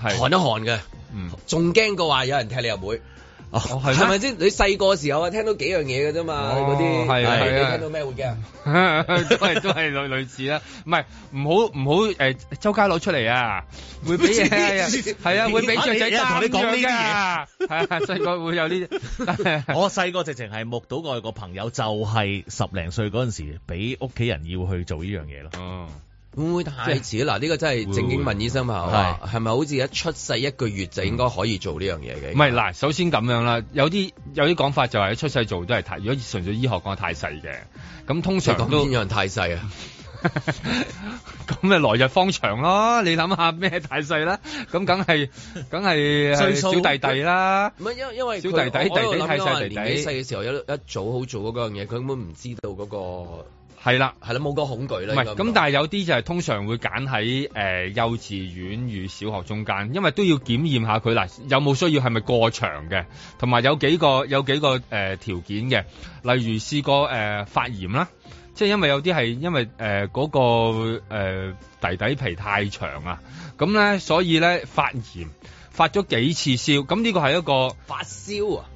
Speaker 2: 寒
Speaker 3: 係
Speaker 2: 一寒嘅，
Speaker 3: 嗯，
Speaker 2: 仲驚過話有人踢你入會。
Speaker 1: 哦
Speaker 3: 係
Speaker 2: 係
Speaker 3: 咩
Speaker 2: 咪先？你細個時候啊，聽到幾樣嘢嘅啫嘛，
Speaker 3: 哦
Speaker 2: 嗰啲
Speaker 3: 係
Speaker 1: 啊
Speaker 2: 你
Speaker 3: 係啊
Speaker 2: 聽到咩會驚？
Speaker 3: 都係都係類類似啦，唔係唔好唔好誒，周街攞出嚟啊，會俾嘢係啊，會俾雀仔擔
Speaker 1: 啊你你同你講呢啲嘢
Speaker 3: 嘢㗎， 係啊，細個會有呢 啲，
Speaker 1: 我細個直情係目睹過有個朋友就係十零歲嗰陣時，俾屋企人要去做呢樣嘢咯。
Speaker 3: 哦，
Speaker 2: 會唔會太遲嗱？呢個真係正經問醫生朋友話，係咪好似一出世一個月就應該可以做呢樣嘢嘅？
Speaker 3: 唔係嗱，首先咁樣啦，有啲有啲講法就係出世做都係太，如果純粹醫學講係太細嘅，咁通
Speaker 2: 你
Speaker 3: 常
Speaker 2: 講
Speaker 3: 都
Speaker 2: 邊。樣太細啊？
Speaker 3: 咁咪來日方長咯。你諗下咩大細啦？咁梗係梗係係
Speaker 1: 歲
Speaker 3: 小
Speaker 1: 數
Speaker 3: 弟弟啦。
Speaker 2: 唔係因因為
Speaker 3: 小
Speaker 2: 佢
Speaker 3: 弟弟
Speaker 2: 我我
Speaker 3: 弟弟
Speaker 2: 諗
Speaker 3: 太
Speaker 2: 緊
Speaker 3: 細
Speaker 2: 話
Speaker 3: 弟
Speaker 2: 年
Speaker 3: 弟
Speaker 2: 紀細嘅時候有一早好做嗰樣嘢，佢根本唔知道嗰個
Speaker 3: 係啦。
Speaker 2: 係啦，冇嗰個恐懼
Speaker 3: 唔
Speaker 2: 啦。
Speaker 3: 係，
Speaker 2: 應該
Speaker 3: 咁但係有啲就係通常會揀喺誒幼稚園與小學中間，因為都要檢驗下佢嗱有冇需要係咪過長嘅，同埋有幾個有幾個誒、呃、條件嘅，例如試過誒、呃發炎啦，即係因為有啲係因為誒嗰、個、呃、弟弟皮太長啊，咁咧所以咧發炎發咗幾次燒，咁呢個係一個。
Speaker 2: 發燒啊，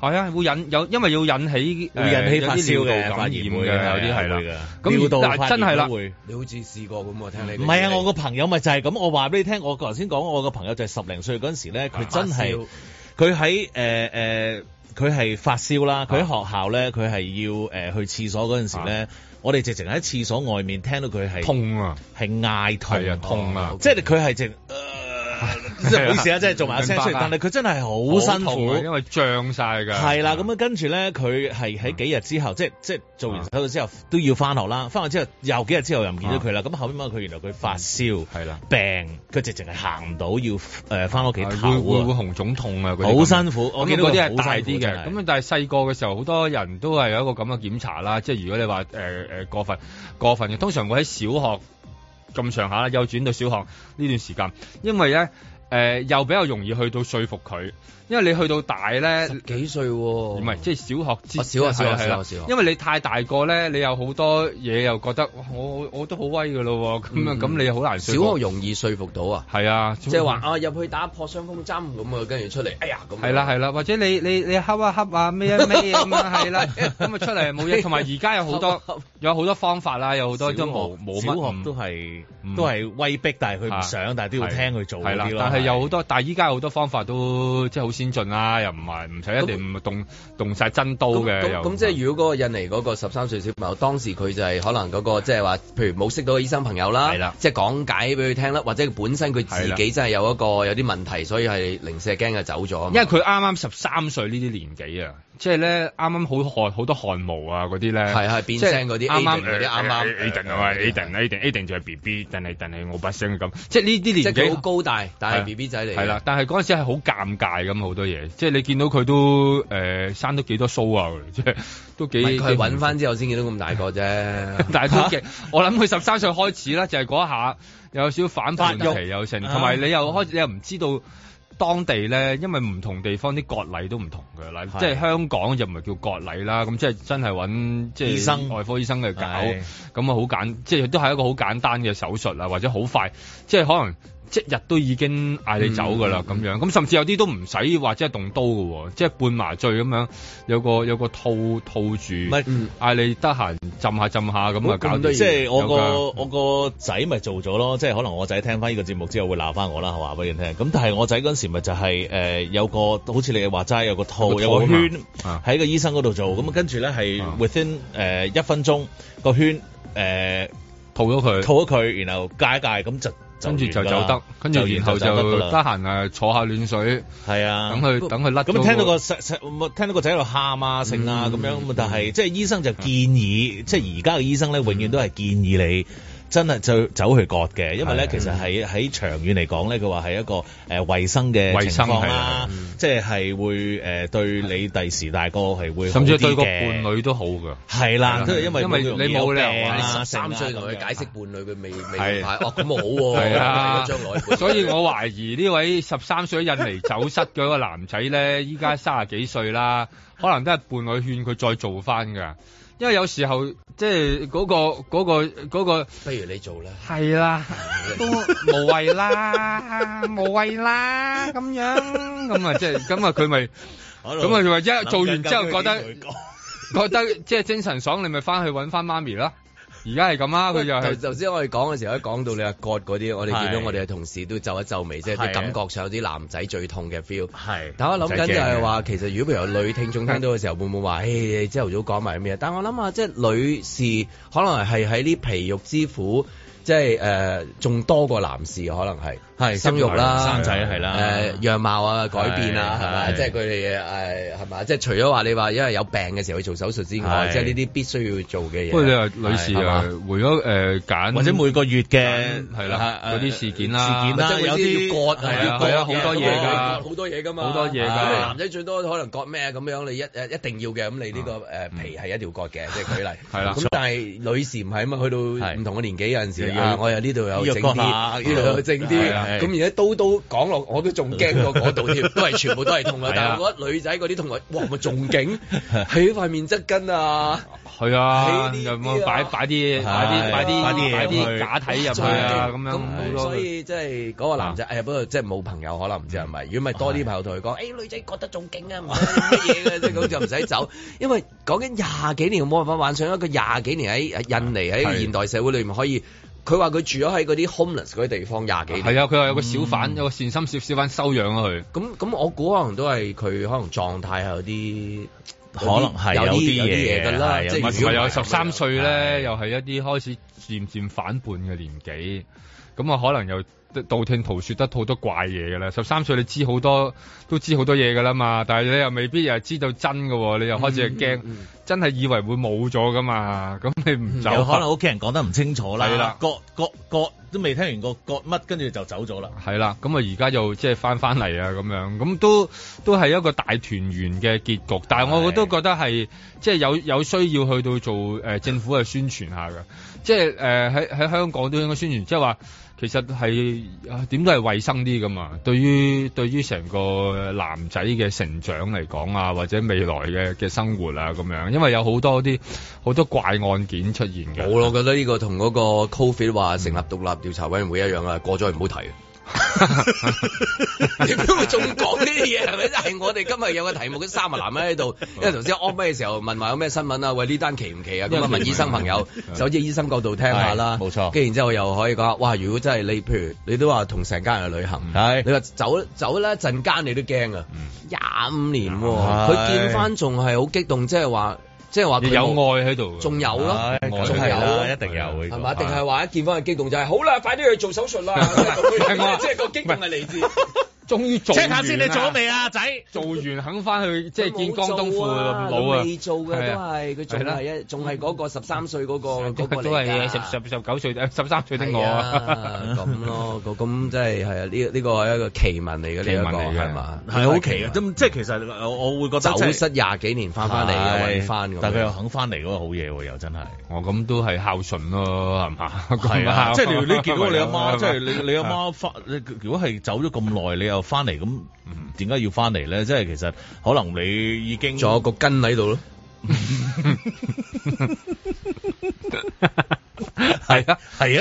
Speaker 3: 係啊，會引有，因為要引起呃
Speaker 1: 會引起
Speaker 3: 有啲
Speaker 1: 發
Speaker 3: 尿
Speaker 1: 燒嘅
Speaker 3: 道
Speaker 1: 發
Speaker 3: 感染
Speaker 1: 炎
Speaker 3: 嘅，
Speaker 1: 會
Speaker 3: 有啲係啦。
Speaker 1: 咁
Speaker 3: 咁
Speaker 1: 尿道
Speaker 3: 但係
Speaker 1: 發
Speaker 3: 真係
Speaker 1: 炎
Speaker 3: 啦
Speaker 1: 都會。
Speaker 2: 你好似試過咁喎，聽你
Speaker 1: 唔係啊！我個朋友咪就係咁，我話俾你聽，我頭先講我個朋友就係十零歲嗰陣時咧，
Speaker 3: 啊
Speaker 1: 佢真係。佢喺誒誒，佢係發燒
Speaker 3: 啊
Speaker 1: 啦。佢喺學校咧，佢係要誒、呃去廁所嗰陣時咧，我哋直情喺廁所外面聽到佢係
Speaker 3: 啊痛啊，
Speaker 1: 係嗌痛，
Speaker 3: 係啊，痛啊，
Speaker 1: 即係佢係直。 呃即係唔好意思啊，即係做埋聲出嚟，
Speaker 3: 明白啊
Speaker 1: 但係佢真係好辛
Speaker 3: 痛啊因
Speaker 1: 苦，
Speaker 3: 為脹晒㗎。
Speaker 1: 係啦。咁啊，跟住咧，佢係
Speaker 3: 啊
Speaker 1: 喺幾日之後，即係即係做完手術之後都要翻學啦。翻學之
Speaker 3: 啊
Speaker 1: 後又幾日之後又唔見咗佢啦。咁後尾問佢，原來佢發燒
Speaker 3: 係啦，
Speaker 1: 病，佢直情係行唔到，要誒翻屋企
Speaker 3: 啊
Speaker 1: 唞
Speaker 3: 會會會
Speaker 1: 啊，
Speaker 3: 紅腫痛啊，嗰啲
Speaker 1: 好
Speaker 3: 咁樣
Speaker 1: 辛苦。我
Speaker 3: 咁
Speaker 1: 見到
Speaker 3: 嗰啲
Speaker 1: 佢
Speaker 3: 係
Speaker 1: 好
Speaker 3: 大
Speaker 1: 辛苦
Speaker 3: 啲
Speaker 1: 真
Speaker 3: 嘅，
Speaker 1: 係
Speaker 3: 咁啊但係細個嘅時候，好多人都係有一個咁嘅檢查啦。即係如果你話誒誒過分過分嘅，通常會喺小學咁上下啦，幼轉到小學呢段時間，因為咧誒、呃又比較容易去到說服佢，因為你呃去到大咧。
Speaker 2: 十幾歲喎，唔
Speaker 3: 唔係，即係小學之
Speaker 1: 哦
Speaker 2: 我小學小學
Speaker 3: 係啦
Speaker 2: 小學小學
Speaker 3: 因為你太大個咧，你有好多嘢又覺得哇我我都好威噶咯喎，咁樣
Speaker 2: 嗯
Speaker 3: 咁你好難
Speaker 2: 小
Speaker 3: 說服
Speaker 2: 學容易說服到啊，
Speaker 3: 係啊，
Speaker 2: 即係話啊入去打破傷風針咁啊，跟住出嚟，哎呀咁
Speaker 3: 嗯係啦係啦，或者你你你恰啊恰啊咩 啊咩咁樣係啦，咁啊出嚟冇嘢，同埋而家有好多有好多方法啦，有好多都冇冇乜
Speaker 1: 小學都
Speaker 3: 嗯
Speaker 1: 係
Speaker 3: 嗯
Speaker 1: 都係威逼，但係佢唔想，但係都要聽佢做
Speaker 3: 係
Speaker 1: 嗰
Speaker 3: 啦
Speaker 1: 啲，咯。
Speaker 3: 但係有好多，但係依家有好多方法都即係好先進啦，又唔係唔使一定動動晒真刀
Speaker 2: 咁
Speaker 3: 嘅，
Speaker 2: 咁
Speaker 3: 又
Speaker 2: 咁即係如果嗰個印尼嗰個十三歲小朋友，當時佢就係可能嗰個即係話，譬如冇識到嘅醫生朋友
Speaker 3: 係啦
Speaker 2: 啦，即係講解俾佢聽啦，或者佢本身佢
Speaker 3: 係
Speaker 2: 自
Speaker 3: 啦
Speaker 2: 己真係有一個有啲問題，所以係零舍驚就走咗啊嘛。
Speaker 3: 因為佢啱啱十三歲呢啲年紀啊，即係咧啱啱好汗好多汗毛啊嗰啲咧，
Speaker 2: 係係變
Speaker 3: 即係
Speaker 2: 聲嗰啲
Speaker 3: 啱
Speaker 2: Aiden 嗰啲啱啱
Speaker 3: Aiden 啊嘛
Speaker 2: 嗰啲
Speaker 3: ，Aiden Aiden Aiden 就係 B B，但係但係我把聲咁，即係呢啲
Speaker 2: 即係
Speaker 3: 年紀
Speaker 2: 佢好高大，但
Speaker 3: 係
Speaker 2: 係 B B 仔嚟嘅。
Speaker 3: 係啦，但係嗰陣時係好尷尬咁好多嘢，即係你見到佢都誒、呃生咗幾多鬚啊，即係都幾
Speaker 2: 唔係，佢係揾
Speaker 3: 幾
Speaker 2: 翻之後先見到咁大個啫。
Speaker 3: 但係都極，我諗佢十三歲開始啦，就係、嗰一下有少少反叛
Speaker 1: 發
Speaker 3: 期
Speaker 1: 育
Speaker 3: 有成，
Speaker 1: 啊
Speaker 3: 同埋你又開始你又唔知道。當地咧，因為唔同地方啲割禮都唔同嘅啦，
Speaker 1: 係
Speaker 3: 即係香港就唔係叫割禮啦，咁即係真係揾即係
Speaker 1: 醫生
Speaker 3: 外科醫生去搞，咁
Speaker 1: 係
Speaker 3: 啊好簡，即係都係一個好簡單嘅手術啊，或者好快，即係可能即日都已經嗌你走㗎啦
Speaker 1: 嗯
Speaker 3: 咁樣，咁甚至有啲都唔使話即係動刀嘅喎，即係半麻醉咁樣，有個有個套套住，
Speaker 1: 唔係
Speaker 2: 嗯，
Speaker 3: 嗌你得閒浸下浸下咁啊，搞
Speaker 1: 咁
Speaker 3: 掂。
Speaker 1: 即係我
Speaker 3: 有
Speaker 1: 個我個仔咪做咗咯，即係可能我仔聽翻呢個節目之後會鬧翻我啦，我話俾你聽。咁但係我仔嗰陣時咪就係、呃有個好似你話齋有個套
Speaker 3: 有個
Speaker 1: 有個
Speaker 3: 套啊嘛
Speaker 1: 圈
Speaker 3: 啊
Speaker 1: 喺個醫生嗰度做，咁啊跟住咧係
Speaker 3: 啊
Speaker 1: within 誒一分鐘個圈誒
Speaker 3: 套咗佢，
Speaker 1: 套咗佢，然後戒一戒咁就
Speaker 3: 跟住就
Speaker 1: 完㗎啦
Speaker 3: 走得，跟住
Speaker 1: 完
Speaker 3: 然後就
Speaker 1: 走得㗎
Speaker 3: 得
Speaker 1: 啦，
Speaker 3: 閒啊坐下暖水，
Speaker 1: 係啊，
Speaker 3: 等佢等佢甩咗。
Speaker 1: 咁聽到個細細，聽到個仔喺度喊啊、剩啊
Speaker 3: 嗯
Speaker 1: 咁樣，咁但係即係醫生就建議，即係而家嘅醫生咧，永遠都係建議你。真係就走去割嘅，因為咧
Speaker 3: 係啊
Speaker 1: 其實喺喺長遠嚟講咧，佢話係一個誒衞生嘅
Speaker 3: 衞
Speaker 1: 情
Speaker 3: 生
Speaker 1: 況
Speaker 3: 係啊
Speaker 1: 啦，即係係會誒對你第時大個係會好
Speaker 3: 甚至對
Speaker 1: 啲
Speaker 3: 個
Speaker 1: 嘅
Speaker 3: 伴侶都好㗎。
Speaker 1: 係
Speaker 3: 係啦
Speaker 1: 啦，都係因為
Speaker 3: 因為
Speaker 1: 佢容易
Speaker 3: 你冇
Speaker 1: 有
Speaker 3: 理由
Speaker 1: 病
Speaker 3: 話
Speaker 1: 啊
Speaker 2: 十三歲
Speaker 1: 成
Speaker 2: 同
Speaker 1: 啊
Speaker 2: 佢
Speaker 1: 咁
Speaker 2: 解
Speaker 1: 樣
Speaker 2: 釋伴侶，佢未
Speaker 3: 係
Speaker 2: 未快哦，咁好喎，
Speaker 3: 係啊，
Speaker 2: 將來
Speaker 3: 所以我懷疑呢位十三歲印尼走失嗰個男仔咧，依家三十幾歲啦，可能都係伴侶勸佢再做翻㗎，因為有時候即係嗰個嗰個嗰個
Speaker 2: 不如你做啦。
Speaker 3: 係啦，都無謂 啦，無謂啦咁樣，咁啊即係咁啊佢咪。咁啊，佢話一做完之後覺得覺得即係精神爽，你咪翻去揾翻媽咪啦。而家係咁啊，佢又
Speaker 2: 頭
Speaker 3: 係
Speaker 2: 頭先我哋講嘅時候，一講到你阿割嗰啲，我哋見
Speaker 1: 係
Speaker 2: 到我哋嘅同事都皺一皺眉，即係
Speaker 1: 係啊
Speaker 2: 啲感覺上有啲男仔最痛嘅 feel。
Speaker 1: 係
Speaker 2: 但我諗緊就係
Speaker 3: 唔
Speaker 2: 話，其實如果譬如有女聽眾聽到嘅時候，會唔會話，誒你朝頭早講埋咩？但我諗下，即係女士可能係喺呢皮肉之苦即係誒仲多過男士可能係
Speaker 1: 係
Speaker 2: 生育啦、
Speaker 1: 生仔係啦
Speaker 2: 誒樣貌啊改變啊
Speaker 1: 係
Speaker 2: 係咪？
Speaker 1: 係
Speaker 2: 即係佢哋誒係咪？即係除咗話你話因為有病嘅時候去做手術之外，
Speaker 1: 係
Speaker 2: 即係呢啲必須要做嘅嘢。
Speaker 3: 不過你話女士
Speaker 2: 係
Speaker 3: 啊
Speaker 2: 嘛，
Speaker 3: 回咗誒揀
Speaker 1: 或者每個月嘅
Speaker 3: 係啦
Speaker 1: 啊
Speaker 3: 嗰啲事件啦
Speaker 1: 事件啦，
Speaker 2: 即係
Speaker 1: 有
Speaker 2: 有
Speaker 1: 啲
Speaker 2: 啲要割
Speaker 1: 係啊
Speaker 3: 係啊
Speaker 1: 割嘅
Speaker 3: 好多嘢㗎
Speaker 2: 好多嘢㗎嘛，
Speaker 3: 好多嘢㗎
Speaker 2: 咁你男仔最多可能割咩咁樣，你一誒一定要嘅，咁你呢個誒皮係一定要割嘅，即係舉例。
Speaker 3: 係啦
Speaker 2: 咁但係女士唔係啊嘛，去到
Speaker 1: 係
Speaker 2: 唔同嘅年紀有陣時
Speaker 1: 又要
Speaker 2: 啊，我又呢度有整啲，
Speaker 1: 呢
Speaker 2: 呢度
Speaker 1: 度割下
Speaker 2: 有整啲，
Speaker 1: 係啊係
Speaker 2: 咁而家刀刀講落我都仲驚過嗰度添，都係全部都係痛啊
Speaker 1: 係啊！
Speaker 2: 但係我覺得女仔嗰啲痛啊，哇咪仲勁，喺塊面側巾啊！
Speaker 3: 係啊，
Speaker 2: 呢啲
Speaker 3: 有冇擺
Speaker 2: 啊
Speaker 3: 擺啲擺
Speaker 1: 係
Speaker 3: 啲哎擺啲
Speaker 1: 擺啲嘢
Speaker 3: 擺
Speaker 1: 入去
Speaker 3: 啲假體入去啊咁樣好
Speaker 2: 咁
Speaker 3: 多
Speaker 2: 所以即係嗰個男仔，哎呀，不過即係冇朋友，可能唔知係咪。如果咪多啲朋友同佢講，誒女仔覺得仲勁啊，唔知乜嘢嘅，即係咁就唔使走。因為講緊廿幾年，冇辦法幻想一個廿幾年喺喺印尼喺
Speaker 3: 係
Speaker 2: 現代社會裏面可以。佢話佢住咗喺嗰啲 homeless 嗰啲地方廿幾年，
Speaker 3: 係啊，佢話有個小
Speaker 1: 嗯
Speaker 3: 販，有個善心小小販收養咗佢。
Speaker 2: 咁咁我估可能都係佢可能狀態係有啲，
Speaker 1: 可能係有啲
Speaker 2: 有
Speaker 1: 嘢
Speaker 2: 嘢㗎啦，
Speaker 1: 係
Speaker 2: 即
Speaker 1: 有
Speaker 2: 係如果
Speaker 3: 唔係同
Speaker 1: 啲
Speaker 3: 埋
Speaker 1: 嘢
Speaker 3: 有十三歲
Speaker 1: 係
Speaker 3: 咧，又係一啲開始漸漸反叛嘅年紀，咁啊可能又道聽途說得好多怪嘢㗎啦。十三歲你知好多，都知好多嘢㗎啦嘛，但係你又未必又知道真㗎喎，你又開始係驚，
Speaker 1: 嗯
Speaker 2: 嗯
Speaker 3: 真係以為會冇咗㗎嘛，咁你唔走，
Speaker 1: 有可能屋企人講得唔清楚
Speaker 3: 係
Speaker 1: 啦
Speaker 3: 啦，
Speaker 1: 割割割都未聽完個割乜，跟住就走咗啦。
Speaker 3: 係啦，咁啊而家又即係翻翻嚟啊，咁樣咁都都係一個大團圓嘅結局，但係我
Speaker 1: 係
Speaker 3: 都覺得係即係有有需要去到做誒、呃政府嘅宣傳下嘅，即係誒喺喺香港都應該宣傳，即係話其實係啊點都係衞生啲噶嘛，對於對於成個男仔嘅成長嚟講啊，或者未來嘅嘅生活啊咁樣，因為有好多啲好多怪案件出現嘅，
Speaker 2: 我咯，覺得呢個同嗰個 Covid 話成立獨立調查委員會一樣啊，過咗唔好提。 你邊會仲講呢啲嘢係咪？係我哋今日有個題目，嗰三個男人喺度，因為頭先 off 咩時候問話有咩新聞啊？喂，呢單奇唔奇啊？咁啊問醫生朋友，首先醫生角度聽下啦，
Speaker 1: 係冇錯
Speaker 2: 跟住然之後又可以講下，哇！如果真係你，譬如你都話同成家人去旅行，
Speaker 1: 係
Speaker 2: 你話走走啦，陣間你都驚啊！廿五年喎，
Speaker 1: 係
Speaker 2: 佢見翻仲係好激動，即係話，即係話佢
Speaker 3: 有
Speaker 2: 冇
Speaker 3: 愛喺度，啊
Speaker 2: 仲有咯，
Speaker 1: 唉
Speaker 3: 我
Speaker 2: 仲
Speaker 1: 梗係啦
Speaker 2: 有
Speaker 1: 一定有啊呢個
Speaker 2: 係嘛？定係話一見翻佢激動就係好啦，快啲去做手術 啦！即係個激動係嚟自
Speaker 3: 終於做
Speaker 1: check 下先，你
Speaker 3: 完啦
Speaker 1: 做咗未啊，仔？
Speaker 3: 做完肯翻去即係見江東父
Speaker 2: 佢冇
Speaker 3: 老
Speaker 2: 做
Speaker 3: 啊，
Speaker 2: 佢未做嘅都
Speaker 3: 係啊
Speaker 2: 係佢仲係一仲係嗰個十三歲嗰個嗰個嚟㗎
Speaker 3: 都係十十十九歲十三歲的我
Speaker 2: 係啊
Speaker 3: 啊，
Speaker 2: 咁咯，咁咁即係係啊！呢呢個係一個奇聞嚟嘅呢一
Speaker 3: 奇聞
Speaker 2: 個
Speaker 3: 嚟嘅
Speaker 2: 係嘛？
Speaker 1: 係好奇嘅，咁即係其實我我會覺得
Speaker 2: 啊走
Speaker 1: 即係
Speaker 2: 失廿幾年翻翻嚟又
Speaker 1: 係
Speaker 2: 揾翻咁樣，
Speaker 1: 但佢又肯翻嚟嗰個好嘢喎，又真係。
Speaker 3: 我咁都係孝順咯，係嘛？
Speaker 1: 係 啊，即係你你見到你阿媽，即係
Speaker 3: 係啊
Speaker 1: 你你阿媽翻，你如果係走咗咁耐，你又翻嚟，咁點解要翻嚟咧？即係其實可能你已經
Speaker 2: 仲有個根喺度咯。
Speaker 3: 係啊，
Speaker 1: 係啊，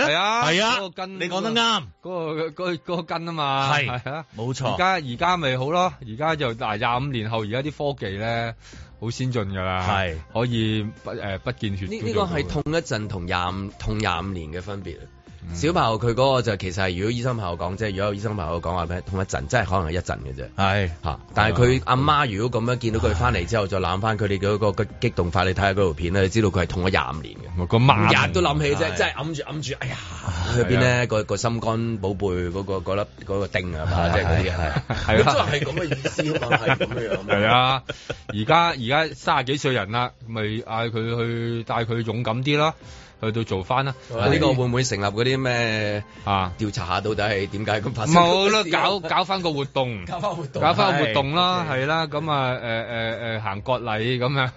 Speaker 3: 係啊
Speaker 1: 係啊
Speaker 3: 嗰個，根
Speaker 1: 你講得啱，
Speaker 3: 嗰個嗰個嗰個根啊嘛，
Speaker 1: 係
Speaker 3: 係啊。
Speaker 1: 冇錯
Speaker 3: 而。家而家咪好咯，而家就嗱廿五年後，而家啲科技咧好先進㗎啦，
Speaker 1: 係
Speaker 3: 可以不誒不見血
Speaker 2: 呢
Speaker 3: 都
Speaker 2: 呢個
Speaker 3: 做到
Speaker 2: 係
Speaker 3: 嘅
Speaker 2: 痛一陣同廿五同廿五年嘅分別。
Speaker 3: 嗯
Speaker 2: 小朋友佢嗰個就其實係，如果醫生朋友講，即係如果有醫生朋友講話咩，痛一陣，真係可能係一陣嘅啫。
Speaker 1: 係
Speaker 2: 嚇！但係
Speaker 3: 啊
Speaker 2: 佢阿媽如果咁樣見到佢翻嚟之後，就攬翻佢哋嗰個個激動法，你睇下嗰條片咧，你知道佢係痛咗廿五年嘅。
Speaker 3: 個媽
Speaker 2: 日都諗起
Speaker 1: 係
Speaker 2: 啫，真係揞住揞住，哎呀，
Speaker 3: 啊
Speaker 2: 去邊咧？個個心肝寶貝嗰個嗰粒嗰個釘啊嘛，即係嗰啲啊，
Speaker 3: 係係
Speaker 2: 咁真係咁嘅意思啊嘛，係咁樣樣。
Speaker 3: 係啊，而家而家三十幾歲人啦，咪嗌佢去帶佢勇敢啲啦，去到做翻啦。
Speaker 2: 呢個會唔會成立嗰啲咩
Speaker 3: 啊，
Speaker 2: 調查下到底係點解咁發生？
Speaker 3: 冇 啦，搞搞翻個活動，
Speaker 2: 啊搞翻活動，
Speaker 3: 搞翻個活動啦，
Speaker 2: 係
Speaker 3: 係啦，咁啊誒誒誒行割禮咁樣，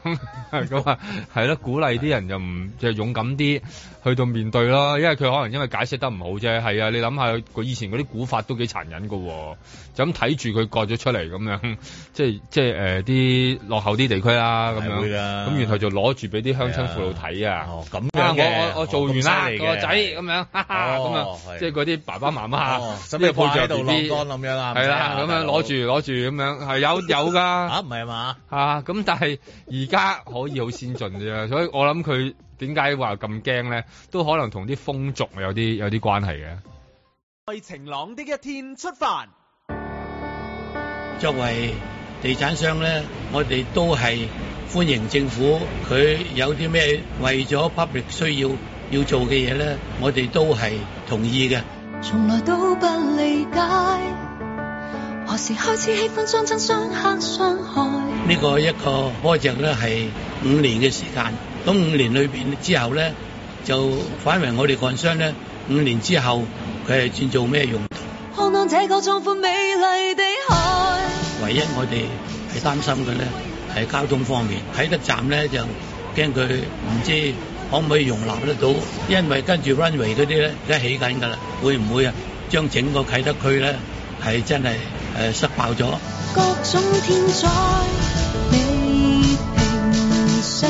Speaker 3: 咁啊係咯，鼓勵啲人就唔就勇敢啲去到面對啦，因為佢可能因為解釋得唔好啫，係啊，你諗下佢以前嗰啲古法都幾殘忍噶喎，就咁睇住佢割咗出嚟咁樣，即係即係誒啲落後啲地區啦咁
Speaker 1: 係會
Speaker 3: 樣，
Speaker 1: 㗎
Speaker 3: 咁然後就攞住俾啲鄉親父老睇啊。
Speaker 1: 哦咁
Speaker 3: 啊！我
Speaker 1: 樣嘅
Speaker 3: 我我做完啦，個仔咁，樣，哈哈咁
Speaker 1: 哦係
Speaker 3: 樣，即係嗰啲爸爸媽媽
Speaker 1: 哦
Speaker 3: 啊，
Speaker 1: 咁犀利嘅哦使唔使掛
Speaker 3: 呢
Speaker 1: 喺
Speaker 3: 個
Speaker 1: 度
Speaker 3: 抱住 BB
Speaker 1: 晾乾咁樣啊？
Speaker 3: 係啦，咁樣攞住攞住咁樣，係有有
Speaker 1: 啊，
Speaker 3: 㗎
Speaker 1: 唔係嘛？
Speaker 3: 嚇。咁但係而家可以好先進啫，所以我諗佢點解話咁驚咧，都可能同啲風俗有啲有啲關係嘅。
Speaker 4: 在晴朗的一天出發。
Speaker 9: 作為地產商咧，我哋都係歡迎政府佢有啲咩為咗 public 需要要做嘅嘢咧，我哋都係同意嘅。
Speaker 6: 從來都不理解，何時開始氣氛將真相黑傷害？
Speaker 9: 呢個一個 project 咧係五年嘅時間，咁五年裏邊之後咧，就反為我哋幹商咧，五年之後佢係轉做咩用途？
Speaker 6: 看看這個壯闊美麗的海，
Speaker 9: 唯一我哋係擔心嘅咧係交通方面，啟德站咧就驚佢唔知可唔可以容納得到，因為跟住 runway 嗰啲咧而家起緊㗎啦，會唔會啊將整個啟德區咧係真係誒、呃塞爆咗？
Speaker 6: 各種天災未平息。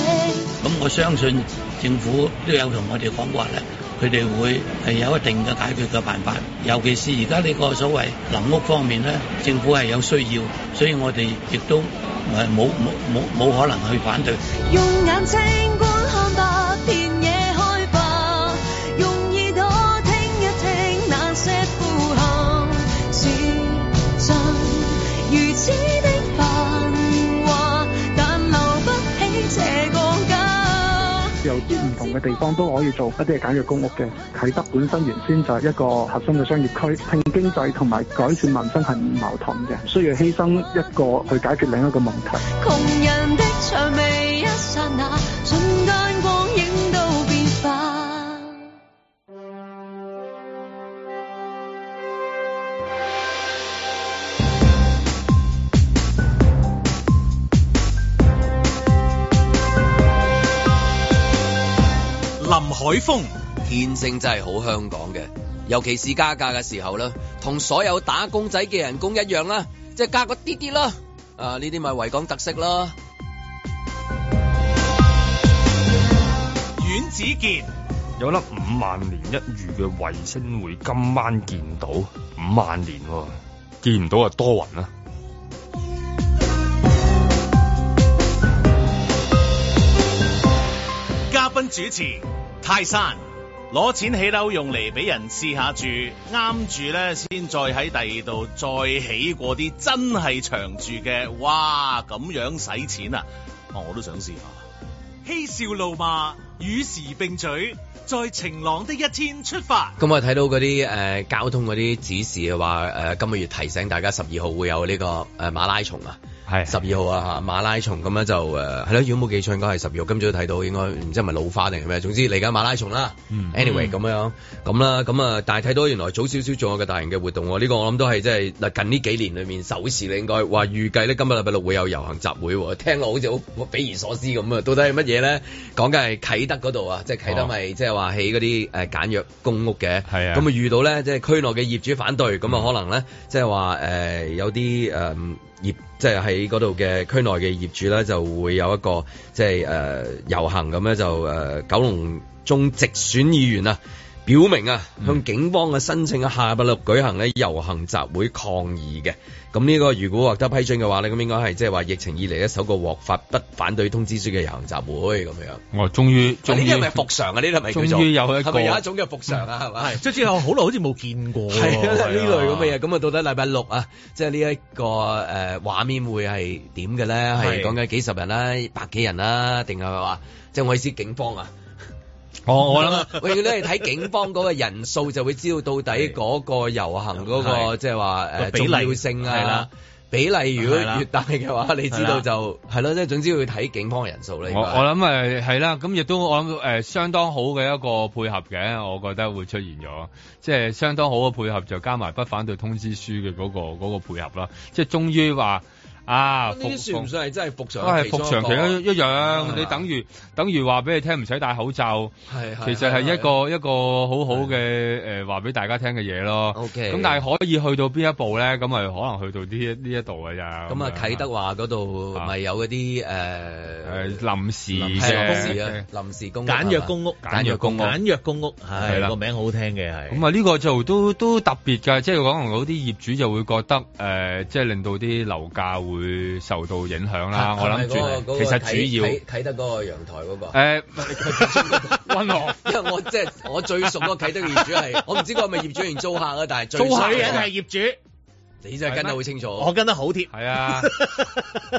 Speaker 9: 咁我相信政府都有同我哋講過咧，佢哋會係有一定嘅解決嘅辦法。尤其是而家呢個所謂臨屋方面咧，政府係有需要，所以我哋亦都誒冇冇冇冇可能去反對。
Speaker 6: 用眼睛觀看吧，田野開吧，用耳朵聽一聽那些呼喊，是真如此的繁華，但留不起這個家。
Speaker 10: 由啲唔同嘅地方都可以做一啲嘅簡約公屋嘅。啟德本身原先就係一個核心嘅商業區，拼經濟同埋改善民生係唔矛盾嘅，唔需要犧牲一個去解決另一個問題。
Speaker 6: 窮人的薔薇一剎那，瞬間光影都變化。
Speaker 4: 林海峰、
Speaker 2: 天星真係好香港嘅，尤其是加價嘅時候啦，同所有打工仔嘅人工一樣啦，即係加個啲啲啦。啊，呢啲咪維港特色啦。
Speaker 4: 阮子健、
Speaker 3: 有粒五萬年一遇嘅衛星會今晚見到，五萬年喎、見唔到啊多雲啦、
Speaker 4: 嘉賓主持泰山，攞錢起樓用嚟俾人試下住，啱住咧先再喺第二度再起過啲真係長住嘅，哇咁樣使錢啊！哦我都想試下。嬉笑怒罵，與時並舉，在晴朗的一天出發。
Speaker 2: 咁我睇到嗰啲誒交通嗰啲指示嘅話，誒、今個月提醒大家十二號會有呢、個誒、馬拉松啊。
Speaker 3: 係
Speaker 2: 十二號啊嚇馬拉松咁樣就誒係咯，如果冇記錯應該係十二號。今朝都睇到應該唔知係咪老花定係咩，總之嚟緊馬拉松啦。
Speaker 3: 嗯
Speaker 2: anyway 咁樣咁啦，咁啊，但係睇到原來早少少仲有個大型嘅活動喎。呢個我諗都係即係嗱近呢幾年裏面首次你應該話預計呢，今日禮拜六會有遊行集會喎。聽落好似好匪夷所思咁啊！到底係乜嘢咧？講緊係啟德嗰度啊，即係啟德咪即係話起嗰啲誒簡約公屋嘅。
Speaker 3: 係啊嗯
Speaker 2: 咁啊遇到咧即係區內嘅業主反對，咁啊可能咧即係話誒有啲誒。呃業即係喺嗰度嘅區內嘅業主咧，就會有一個即係誒、呃、遊行咁咧，就誒、呃九龍中直選議員啊，表明啊
Speaker 3: 嗯
Speaker 2: 向警方嘅申請啊，下個禮拜六舉行咧遊行集會抗議嘅。咁呢個如果獲得批准嘅話咧，咁應該係即係話疫情以嚟咧首個獲發不反對通知書嘅遊行集會咁樣。
Speaker 3: 我終於終
Speaker 2: 呢
Speaker 3: 於
Speaker 2: 啲係咪復常啊？呢啲係咪叫做
Speaker 3: 終於有一個
Speaker 2: 係咪有一種嘅復常啊？係咪？
Speaker 1: 係，即係之後好耐好似冇見過喎。
Speaker 2: 係啊， 呢類咁嘅嘢，
Speaker 1: 嘢。
Speaker 2: 咁啊，到底禮拜六啊，即係呢一個誒畫面會係點嘅咧？係
Speaker 1: 係
Speaker 2: 講緊幾十人啦，百幾人啦，定係話即係我意思警方啊？
Speaker 3: 我我諗
Speaker 2: 永遠都係睇警方嗰個人數就會知道到底嗰個遊行嗰個
Speaker 1: 係
Speaker 2: 即係話誒
Speaker 1: 個比例
Speaker 2: 重要性
Speaker 1: 係
Speaker 2: 啊
Speaker 1: 啦。
Speaker 2: 比例如果
Speaker 1: 係啦
Speaker 2: 越大嘅話，你知道就係咯，即係總之要睇警方嘅人數啦。應該
Speaker 3: 我我諗誒係啦，咁亦都我諗誒、呃相當好嘅一個配合嘅，我覺得會出現咗，即係相當好嘅配合，就加埋不反對通知書嘅嗰、個嗰、個配合啦，即係終於話啊，
Speaker 2: 呢啲算唔算係真係復
Speaker 3: 都
Speaker 2: 常？
Speaker 3: 係復常期一一
Speaker 2: 係啊
Speaker 3: 樣，你
Speaker 2: 嘛
Speaker 3: 等於等於話俾你聽唔使戴口罩，
Speaker 2: 係啊
Speaker 3: 其實係一個一個好好嘅誒話俾大家聽嘅嘢咯。
Speaker 2: OK
Speaker 3: 咁但係可以去到邊一步咧？咁咪可能去到呢一呢一度嘅咋。
Speaker 2: 咁啊，
Speaker 3: 樣
Speaker 2: 啟德話嗰度咪有嗰啲誒
Speaker 3: 誒臨時
Speaker 2: 臨時公
Speaker 3: 嘅
Speaker 2: 寓啊，臨時公屋
Speaker 1: 簡約公屋，
Speaker 3: 簡約公屋
Speaker 1: 簡約公屋
Speaker 3: 係啦
Speaker 1: 係個名好聽嘅係。
Speaker 3: 咁啊，呢個就都都特別㗎，即係可能有啲業主就會覺得誒、呃即係令到啲樓價會受到影響啦。啊我諗住其實主要
Speaker 2: 睇得嗰個陽台嗰個。
Speaker 3: 誒 温和
Speaker 2: 因為我即係我最熟嗰個啟德嘅業主係，我唔知佢係咪業主定租客啊，但係最
Speaker 1: 租
Speaker 2: 熟
Speaker 1: 客
Speaker 2: 嗰個
Speaker 1: 人係業主，
Speaker 2: 你真係跟得好清楚。
Speaker 1: 我跟得好貼，
Speaker 3: 係啊，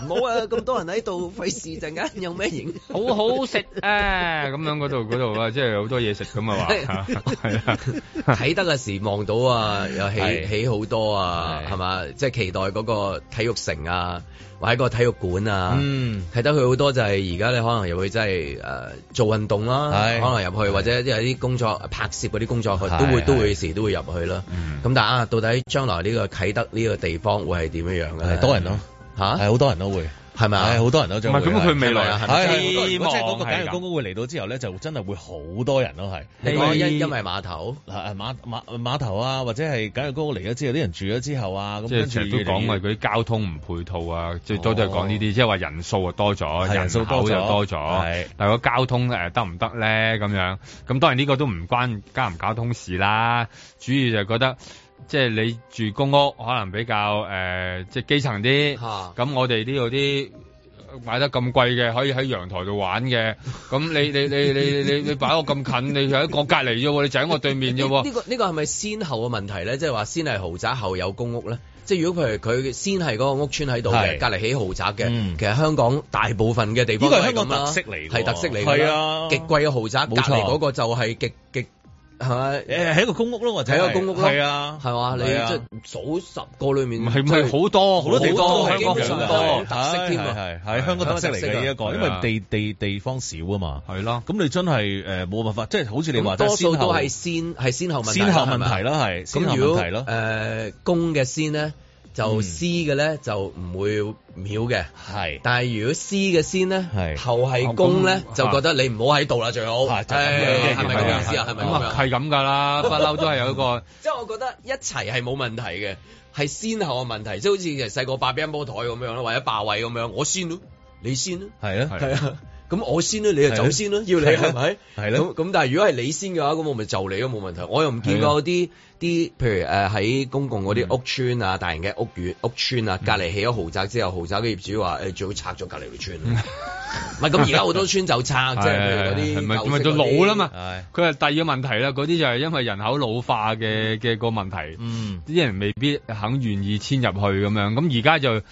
Speaker 2: 唔好啊！咁多人喺度，費事陣間有咩影。
Speaker 3: 好好食啊！咁樣嗰度嗰度啊，即係好多嘢食咁啊話， 係啊，
Speaker 2: 睇得嘅時望到啊，又起
Speaker 3: 係
Speaker 2: 起好多啊，
Speaker 3: 係
Speaker 2: 係嘛？即係期待嗰個體育城啊，或者個體育館啊，
Speaker 1: 嗯，
Speaker 2: 睇得佢好多就係而家你可能入去真係誒做運動啦，
Speaker 1: 係
Speaker 2: 可能入去或者有啲工作拍攝嗰啲工作，
Speaker 1: 係
Speaker 2: 都會
Speaker 1: 係
Speaker 2: 都會時都會入去啦。
Speaker 1: 嗯
Speaker 2: 咁但係啊，到底將來呢個啟德呢個地方會係點樣樣嘅咧？
Speaker 1: 係多人咯，
Speaker 2: 嚇，
Speaker 1: 係好多人都會，
Speaker 2: 係咪
Speaker 1: 係
Speaker 2: 啊？
Speaker 1: 好多人都
Speaker 3: 唔
Speaker 1: 將會
Speaker 3: 係咁
Speaker 1: 係
Speaker 3: 佢未
Speaker 2: 係咪啊
Speaker 3: 來
Speaker 2: 係
Speaker 1: 係
Speaker 3: 咪
Speaker 1: 希
Speaker 3: 希望啊
Speaker 1: 望即係嗰個簡約公
Speaker 3: 咁
Speaker 1: 屋會嚟到之後咧，就真係會好多人咯，係。
Speaker 2: 你講因因為碼頭。
Speaker 1: 嗱誒碼碼碼頭啊，或者係簡約公屋嚟咗之後，啲人住咗之後啊，咁
Speaker 3: 即係
Speaker 1: 跟住
Speaker 3: 成日都
Speaker 1: 越嚟
Speaker 3: 講
Speaker 1: 越
Speaker 3: 話嗰啲交通唔配套啊，最多都係講呢啲，即係話人數啊多咗，
Speaker 1: 係人
Speaker 3: 人
Speaker 1: 數
Speaker 3: 數
Speaker 1: 多咗
Speaker 3: 多又多
Speaker 1: 係
Speaker 3: 咗，但係個交通誒得唔得咧？咁樣咁當然呢個都唔關交唔交通事啦，主要就係覺得即係你住公屋可能比較誒即係基層啲，
Speaker 2: 嚇
Speaker 3: 咁我哋呢度啲。買得咁貴嘅，可以喺陽台度玩嘅。咁你你你你你你擺我咁近，你喺我隔離啫喎，你就喺我對面啫
Speaker 2: 呢
Speaker 3: 喎
Speaker 2: 呢。個呢個係咪先後嘅問題咧？即係話先係豪宅後有公屋咧？即係如果譬如佢先係嗰個屋村喺度嘅，
Speaker 1: 係
Speaker 2: 隔離起豪宅嘅，
Speaker 1: 嗯
Speaker 2: 其實香港大部分嘅地方
Speaker 1: 呢個
Speaker 2: 都
Speaker 1: 係
Speaker 2: 係
Speaker 1: 香
Speaker 2: 咁
Speaker 1: 港
Speaker 2: 啦，
Speaker 1: 特色嚟㗎
Speaker 2: 係特色嚟㗎啦，
Speaker 1: 係啊
Speaker 2: 極貴嘅豪宅，
Speaker 1: 冇
Speaker 2: 隔
Speaker 1: 錯
Speaker 2: 離嗰個就係極極係咪？
Speaker 1: 誒係一個公屋咯，或者
Speaker 2: 係一個公屋咯
Speaker 1: 係啊，
Speaker 2: 係嘛？你
Speaker 1: 係啊
Speaker 2: 即係數十個裏面，
Speaker 3: 唔係唔
Speaker 2: 即係
Speaker 3: 係好多
Speaker 1: 好多地方
Speaker 2: 好
Speaker 1: 都
Speaker 2: 多
Speaker 1: 係
Speaker 3: 香港
Speaker 2: 基本上
Speaker 3: 好
Speaker 2: 都
Speaker 3: 多
Speaker 2: 係特色添啊
Speaker 1: 係係係香港特色嚟嘅呢一個，因
Speaker 3: 係啊
Speaker 1: 為地地地方少啊嘛。
Speaker 3: 係咯。
Speaker 1: 咁你真係誒冇辦法，即係好似你
Speaker 2: 咁
Speaker 1: 話齋
Speaker 2: 多數
Speaker 1: 先後
Speaker 2: 都係先係先後問題啦，
Speaker 1: 先後
Speaker 2: 係
Speaker 1: 問
Speaker 2: 咪
Speaker 1: 題啦，係先後
Speaker 2: 咁如
Speaker 1: 問
Speaker 2: 果
Speaker 1: 題咯，
Speaker 2: 誒公嘅先咧，就
Speaker 1: 嗯
Speaker 2: C 嘅咧就唔會秒嘅。
Speaker 1: 係
Speaker 2: 但係如果 C 嘅先咧
Speaker 1: 係，
Speaker 2: 後係公咧
Speaker 3: 後，攻
Speaker 2: 就覺得你唔好喺度啦，最好。
Speaker 1: 啊
Speaker 2: 誒
Speaker 1: 就係咁樣
Speaker 2: 係咪咁嘅意思啊？係咪
Speaker 3: 咁
Speaker 2: 咁
Speaker 3: 啊？
Speaker 2: 樣？
Speaker 3: 係咁㗎 啦，不嬲都係有一個
Speaker 2: 即係我覺得一齊係冇問題嘅，係先後嘅問題，即係好似其實細個霸乒乓波台咁樣啦，或者霸位咁樣，我先咯，你先咯，
Speaker 1: 係啊，
Speaker 2: 係
Speaker 3: 係
Speaker 2: 啊。咁我先啦，你就走先啦，要你係咪？
Speaker 1: 係咯
Speaker 2: 咁咁，但係如果係你先嘅話，咁我咪就你咯，冇問題。我又唔見過啲啲，譬如誒喺公共嗰啲屋村啊、大型嘅屋苑、屋村啊，隔離起咗豪宅之後，豪宅嘅業主話誒最好拆咗隔離條村。啊唔係咁，而家好多村就拆，即係譬如嗰
Speaker 3: 係
Speaker 2: 啲
Speaker 3: 咪
Speaker 2: 舊
Speaker 3: 咪
Speaker 2: 式
Speaker 3: 就
Speaker 2: 嗰
Speaker 3: 老
Speaker 2: 啲
Speaker 3: 啦嘛？
Speaker 1: 係
Speaker 3: 佢係第二個問題啦，嗰啲就係因為人口老化嘅嘅個問題，
Speaker 1: 嗯
Speaker 3: 啲人未必肯願意遷入去咁樣。咁而家就第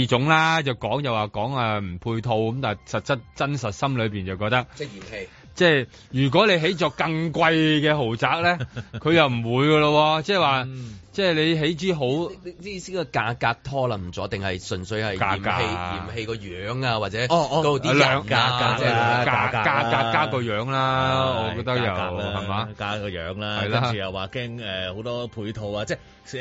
Speaker 3: 二種啦，就講又話講啊唔配套，咁但係實質真實心裏邊就覺得，
Speaker 2: 即係嫌棄。
Speaker 3: 即係如果你起座更貴嘅豪宅咧，佢又唔會㗎咯喎，即係話即係你起支好
Speaker 2: 呢呢意思個價格拖冧咗，定係純粹係
Speaker 3: 價
Speaker 2: 嫌
Speaker 3: 格
Speaker 2: 棄嫌棄個樣啊，或者
Speaker 1: 哦哦
Speaker 2: 嗰度啲
Speaker 3: 兩
Speaker 2: 人啊，
Speaker 1: 價
Speaker 2: 即
Speaker 1: 格啦
Speaker 2: 係
Speaker 3: 價
Speaker 1: 價格
Speaker 3: 價
Speaker 1: 啦
Speaker 3: 格加個樣啦，啊我覺得又係嘛？
Speaker 1: 加個樣啦，
Speaker 3: 係
Speaker 1: 跟
Speaker 3: 啦
Speaker 1: 住又話驚誒好多配套啊，即係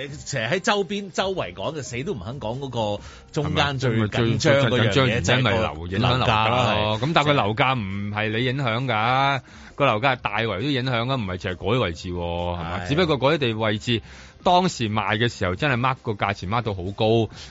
Speaker 1: 成成日喺周邊周圍講嘅，死都唔肯講嗰個中間最
Speaker 3: 啊
Speaker 1: 緊張嗰樣嘢，就係
Speaker 3: 因為
Speaker 1: 個
Speaker 3: 樓影響樓價
Speaker 1: 啦。
Speaker 3: 咯。咁但係個樓價唔係你影響㗎，個樓價係大圍都影響㗎，唔係淨係嗰啲位置喎，係嘛？
Speaker 1: 係
Speaker 3: 只不過嗰啲地位置當時賣嘅時候真係 mark 個價錢 mark 到好高，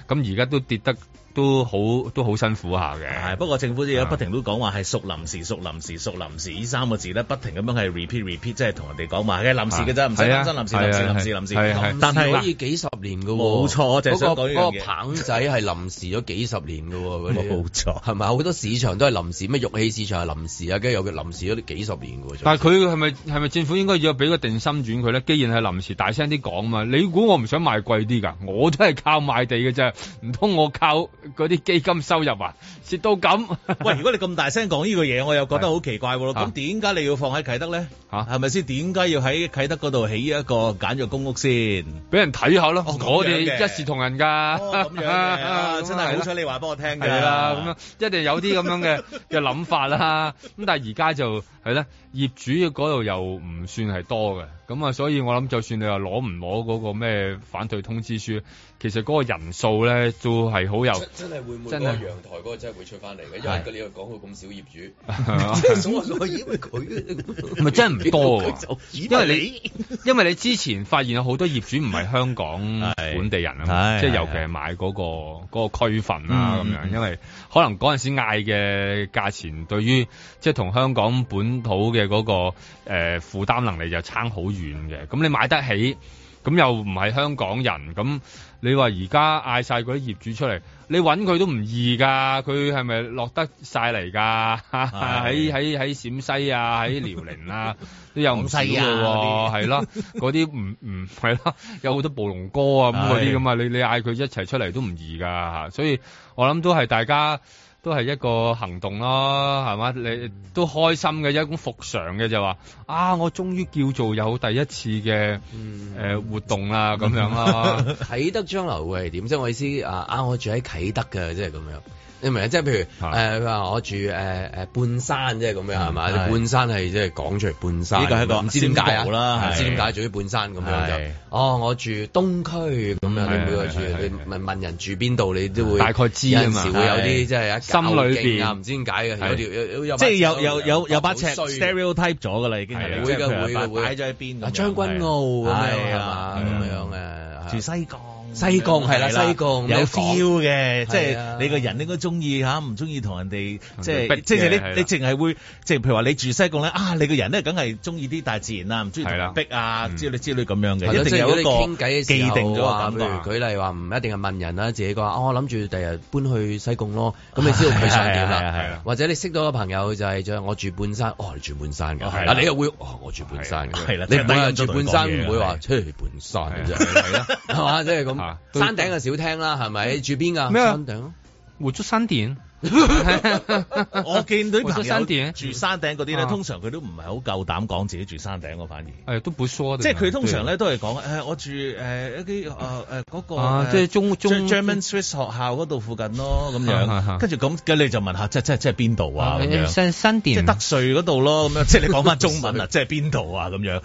Speaker 3: 咁而家都跌得都好都好辛苦下
Speaker 1: 係，
Speaker 3: 嘅。
Speaker 1: 不過政府而家不停都講話係屬臨時、屬臨時、屬臨時呢三個字咧，不停咁樣係 repeat、repeat，即係同人哋講話嘅臨時嘅啫，唔使
Speaker 3: 係啊
Speaker 1: 擔心臨時、
Speaker 3: 係
Speaker 1: 臨時、
Speaker 3: 啊
Speaker 1: 臨時、臨時
Speaker 3: 係啊係啊。
Speaker 1: 但係
Speaker 2: 可以幾十年嘅喎，
Speaker 1: 冇錯我就係
Speaker 2: 嗰個
Speaker 1: 想講呢樣
Speaker 2: 嗰
Speaker 1: 嘢
Speaker 2: 個棒仔係臨時咗幾十年嘅喎，嗰啲
Speaker 1: 冇錯
Speaker 2: 係咪好多市場都係臨時，咩玉器市場係臨時啊，跟住有佢臨時咗幾十年嘅喎。
Speaker 3: 但係佢係咪係咪政府應該要俾個定心丸佢咧？既然係臨時，大聲啲講嘛。你估我唔想賣貴啲㗎？我都係靠賣地嘅啫，唔通我靠嗰啲基金收入啊？蝕到咁。
Speaker 1: 喂，如果你咁大聲講呢個嘢，我又覺得好奇怪喎。
Speaker 3: 啊
Speaker 1: 咁點解你要放喺啟德咧？
Speaker 3: 嚇
Speaker 1: 係咪先？點解要喺啟德嗰度起一個簡約公屋先？
Speaker 3: 俾人睇下咯，
Speaker 1: 哦咁樣
Speaker 3: 我哋
Speaker 1: 嘅
Speaker 3: 一視同仁㗎。
Speaker 1: 哦，咁樣嘅啊，真係好彩你話俾我聽㗎。
Speaker 3: 係啦，咁樣一定有啲咁樣 嘅嘅諗法啦。咁但係而家就係咧，業主嗰度又唔算係多嘅，咁啊，所以我諗就算你話攞唔攞嗰個咩反對通知書，其實嗰個人數咧都係好有
Speaker 2: 真係會唔會
Speaker 3: 真
Speaker 2: 嗰個
Speaker 3: 係
Speaker 2: 陽台嗰個真係會出翻嚟嘅？
Speaker 3: 係
Speaker 2: 你又講到咁少業主，即
Speaker 3: 係
Speaker 2: 數下數下，咦？咪佢
Speaker 3: 咪啊真係唔多
Speaker 2: 佢
Speaker 3: 喎
Speaker 2: 就咦
Speaker 3: 因為你因為你之前發現有好多業主唔係香港
Speaker 1: 係
Speaker 3: 本地人啊，
Speaker 1: 係
Speaker 3: 即係
Speaker 1: 係
Speaker 3: 尤其係買嗰個嗰個區份啦
Speaker 1: 嗯
Speaker 3: 咁樣，
Speaker 1: 嗯
Speaker 3: 因為可能嗰陣時嗌嘅價錢對於即係同香港本土嘅嗰個誒負擔能力就差好遠嘅，咁你買得起。咁又唔係香港人，咁你話而家嗌晒嗰啲業主出嚟，你揾佢都唔易㗎，佢係咪落得晒嚟㗎？喺喺喺陝西啊，喺遼寧啊，都有唔少㗎喎，係咯，嗰啲唔唔係咯，有好多暴龍哥啊咁嗰啲咁啊，你你嗌佢一齊出嚟都唔易㗎，所以我諗都係大家。都係一個行動咯，係嘛？你都開心嘅一種復常嘅就話啊，我終於叫做有第一次嘅誒、
Speaker 2: 嗯
Speaker 3: 呃活動啦，咁樣啊
Speaker 1: 啊
Speaker 3: 咯。
Speaker 2: 啟德將來會係點？即係我意思啊啊！我住喺啟德嘅，即係咁樣。你明唔明？即係譬如
Speaker 3: 係
Speaker 2: 誒，話我住誒誒半山，即係咁樣係嘛？
Speaker 1: 嗯係
Speaker 2: 半山係即係講出嚟半山，
Speaker 1: 呢個係一個
Speaker 2: 唔知點解啊？
Speaker 1: 先導啦
Speaker 2: 唔知
Speaker 1: 係
Speaker 2: 點解住喺半山咁樣
Speaker 1: 係
Speaker 2: 就哦，我住東區咁樣。你每個住
Speaker 3: 係係係
Speaker 2: 你問問人住邊度，你都會
Speaker 3: 大概知啊嘛
Speaker 2: 有陣時會有
Speaker 1: 係
Speaker 2: 啲即係一
Speaker 3: 心裏
Speaker 2: 邊
Speaker 3: 邊
Speaker 2: 啊，唔知點解嘅有條有有有把
Speaker 1: 即係有有有有把
Speaker 2: 好
Speaker 1: 尺
Speaker 2: 衰嘅
Speaker 1: stereotype 咗㗎啦，已經係
Speaker 3: 係啊
Speaker 2: 會嘅
Speaker 1: 即係譬如
Speaker 2: 會嘅
Speaker 1: 話
Speaker 2: 會嘅
Speaker 1: 擺咗喺邊咁樣
Speaker 2: 啊將軍澳咁樣
Speaker 1: 係
Speaker 2: 係
Speaker 1: 啊
Speaker 2: 嘛咁樣誒。
Speaker 1: 住西貢，
Speaker 2: 啊西貢係啦
Speaker 1: 係
Speaker 2: 西貢
Speaker 1: 有
Speaker 2: 有
Speaker 1: feel 嘅，即
Speaker 2: 係啊
Speaker 1: 係你個人應該中意嚇，唔中意同人哋即
Speaker 3: 逼
Speaker 1: 係
Speaker 3: 嘅
Speaker 1: 即係你
Speaker 3: 係啦
Speaker 1: 你淨係會即係譬如話你住西貢咧啊，你個人咧梗係中意啲大自然啊，唔中意同人逼
Speaker 3: 係
Speaker 1: 啊
Speaker 3: 啦
Speaker 1: 之類之類咁
Speaker 2: 係
Speaker 1: 樣嘅，
Speaker 2: 咯
Speaker 1: 一定有一
Speaker 2: 嗯即係如果你傾偈
Speaker 1: 個
Speaker 2: 嘅時候
Speaker 1: 既定咗
Speaker 2: 話
Speaker 1: 嘅
Speaker 2: 譬
Speaker 1: 感
Speaker 2: 如
Speaker 1: 覺。
Speaker 2: 舉例話唔一定係問人啦，自己講話哦，我諗住第日搬去西貢咯，咁你知道佢想點
Speaker 1: 係啊係啊係啊係
Speaker 2: 啦
Speaker 1: 啊。
Speaker 2: 或者你識到個朋友就係就我住半山，哦你住半山㗎，
Speaker 1: 哦係啦
Speaker 2: 嗱你又會哦我住半山㗎，
Speaker 1: 係啦
Speaker 2: 你
Speaker 1: 即係
Speaker 2: 唔會話
Speaker 1: 低音都
Speaker 2: 住
Speaker 1: 同
Speaker 2: 半
Speaker 1: 佢講
Speaker 2: 山
Speaker 1: 嘢
Speaker 2: 唔會話
Speaker 1: 係
Speaker 2: 出去半山
Speaker 3: 係
Speaker 2: 啫，
Speaker 3: 啊
Speaker 2: 係啦，係嘛即係咁
Speaker 3: 啊。都
Speaker 2: 山頂嘅小廳啦，係
Speaker 1: 嗯
Speaker 2: 咪住邊㗎？
Speaker 3: 咩啊
Speaker 2: 山頂咯。
Speaker 3: 活捉新電，
Speaker 1: 我見 到啲
Speaker 3: 我住
Speaker 1: 朋
Speaker 3: 山
Speaker 1: 友
Speaker 3: 頂
Speaker 1: 住山頂嗰啲咧，
Speaker 3: 啊
Speaker 1: 通常佢都唔係好夠膽講自己住山頂喎，反而。
Speaker 3: 誒都不說的。
Speaker 1: 即係
Speaker 2: 啊
Speaker 1: 佢通常咧都係講誒，我住誒一啲誒哦誒嗰個
Speaker 3: 啊
Speaker 1: 誒
Speaker 3: 即係中中
Speaker 1: German Swiss 學校嗰度附近咯，咁
Speaker 3: 係係係
Speaker 1: 樣。跟住咁嘅你就問下，即即即係邊度啊？咁樣
Speaker 3: 新新
Speaker 1: 即係
Speaker 3: 電
Speaker 1: 德瑞嗰度 咯，咁樣即係你講翻中文啊，即係邊度啊？咁樣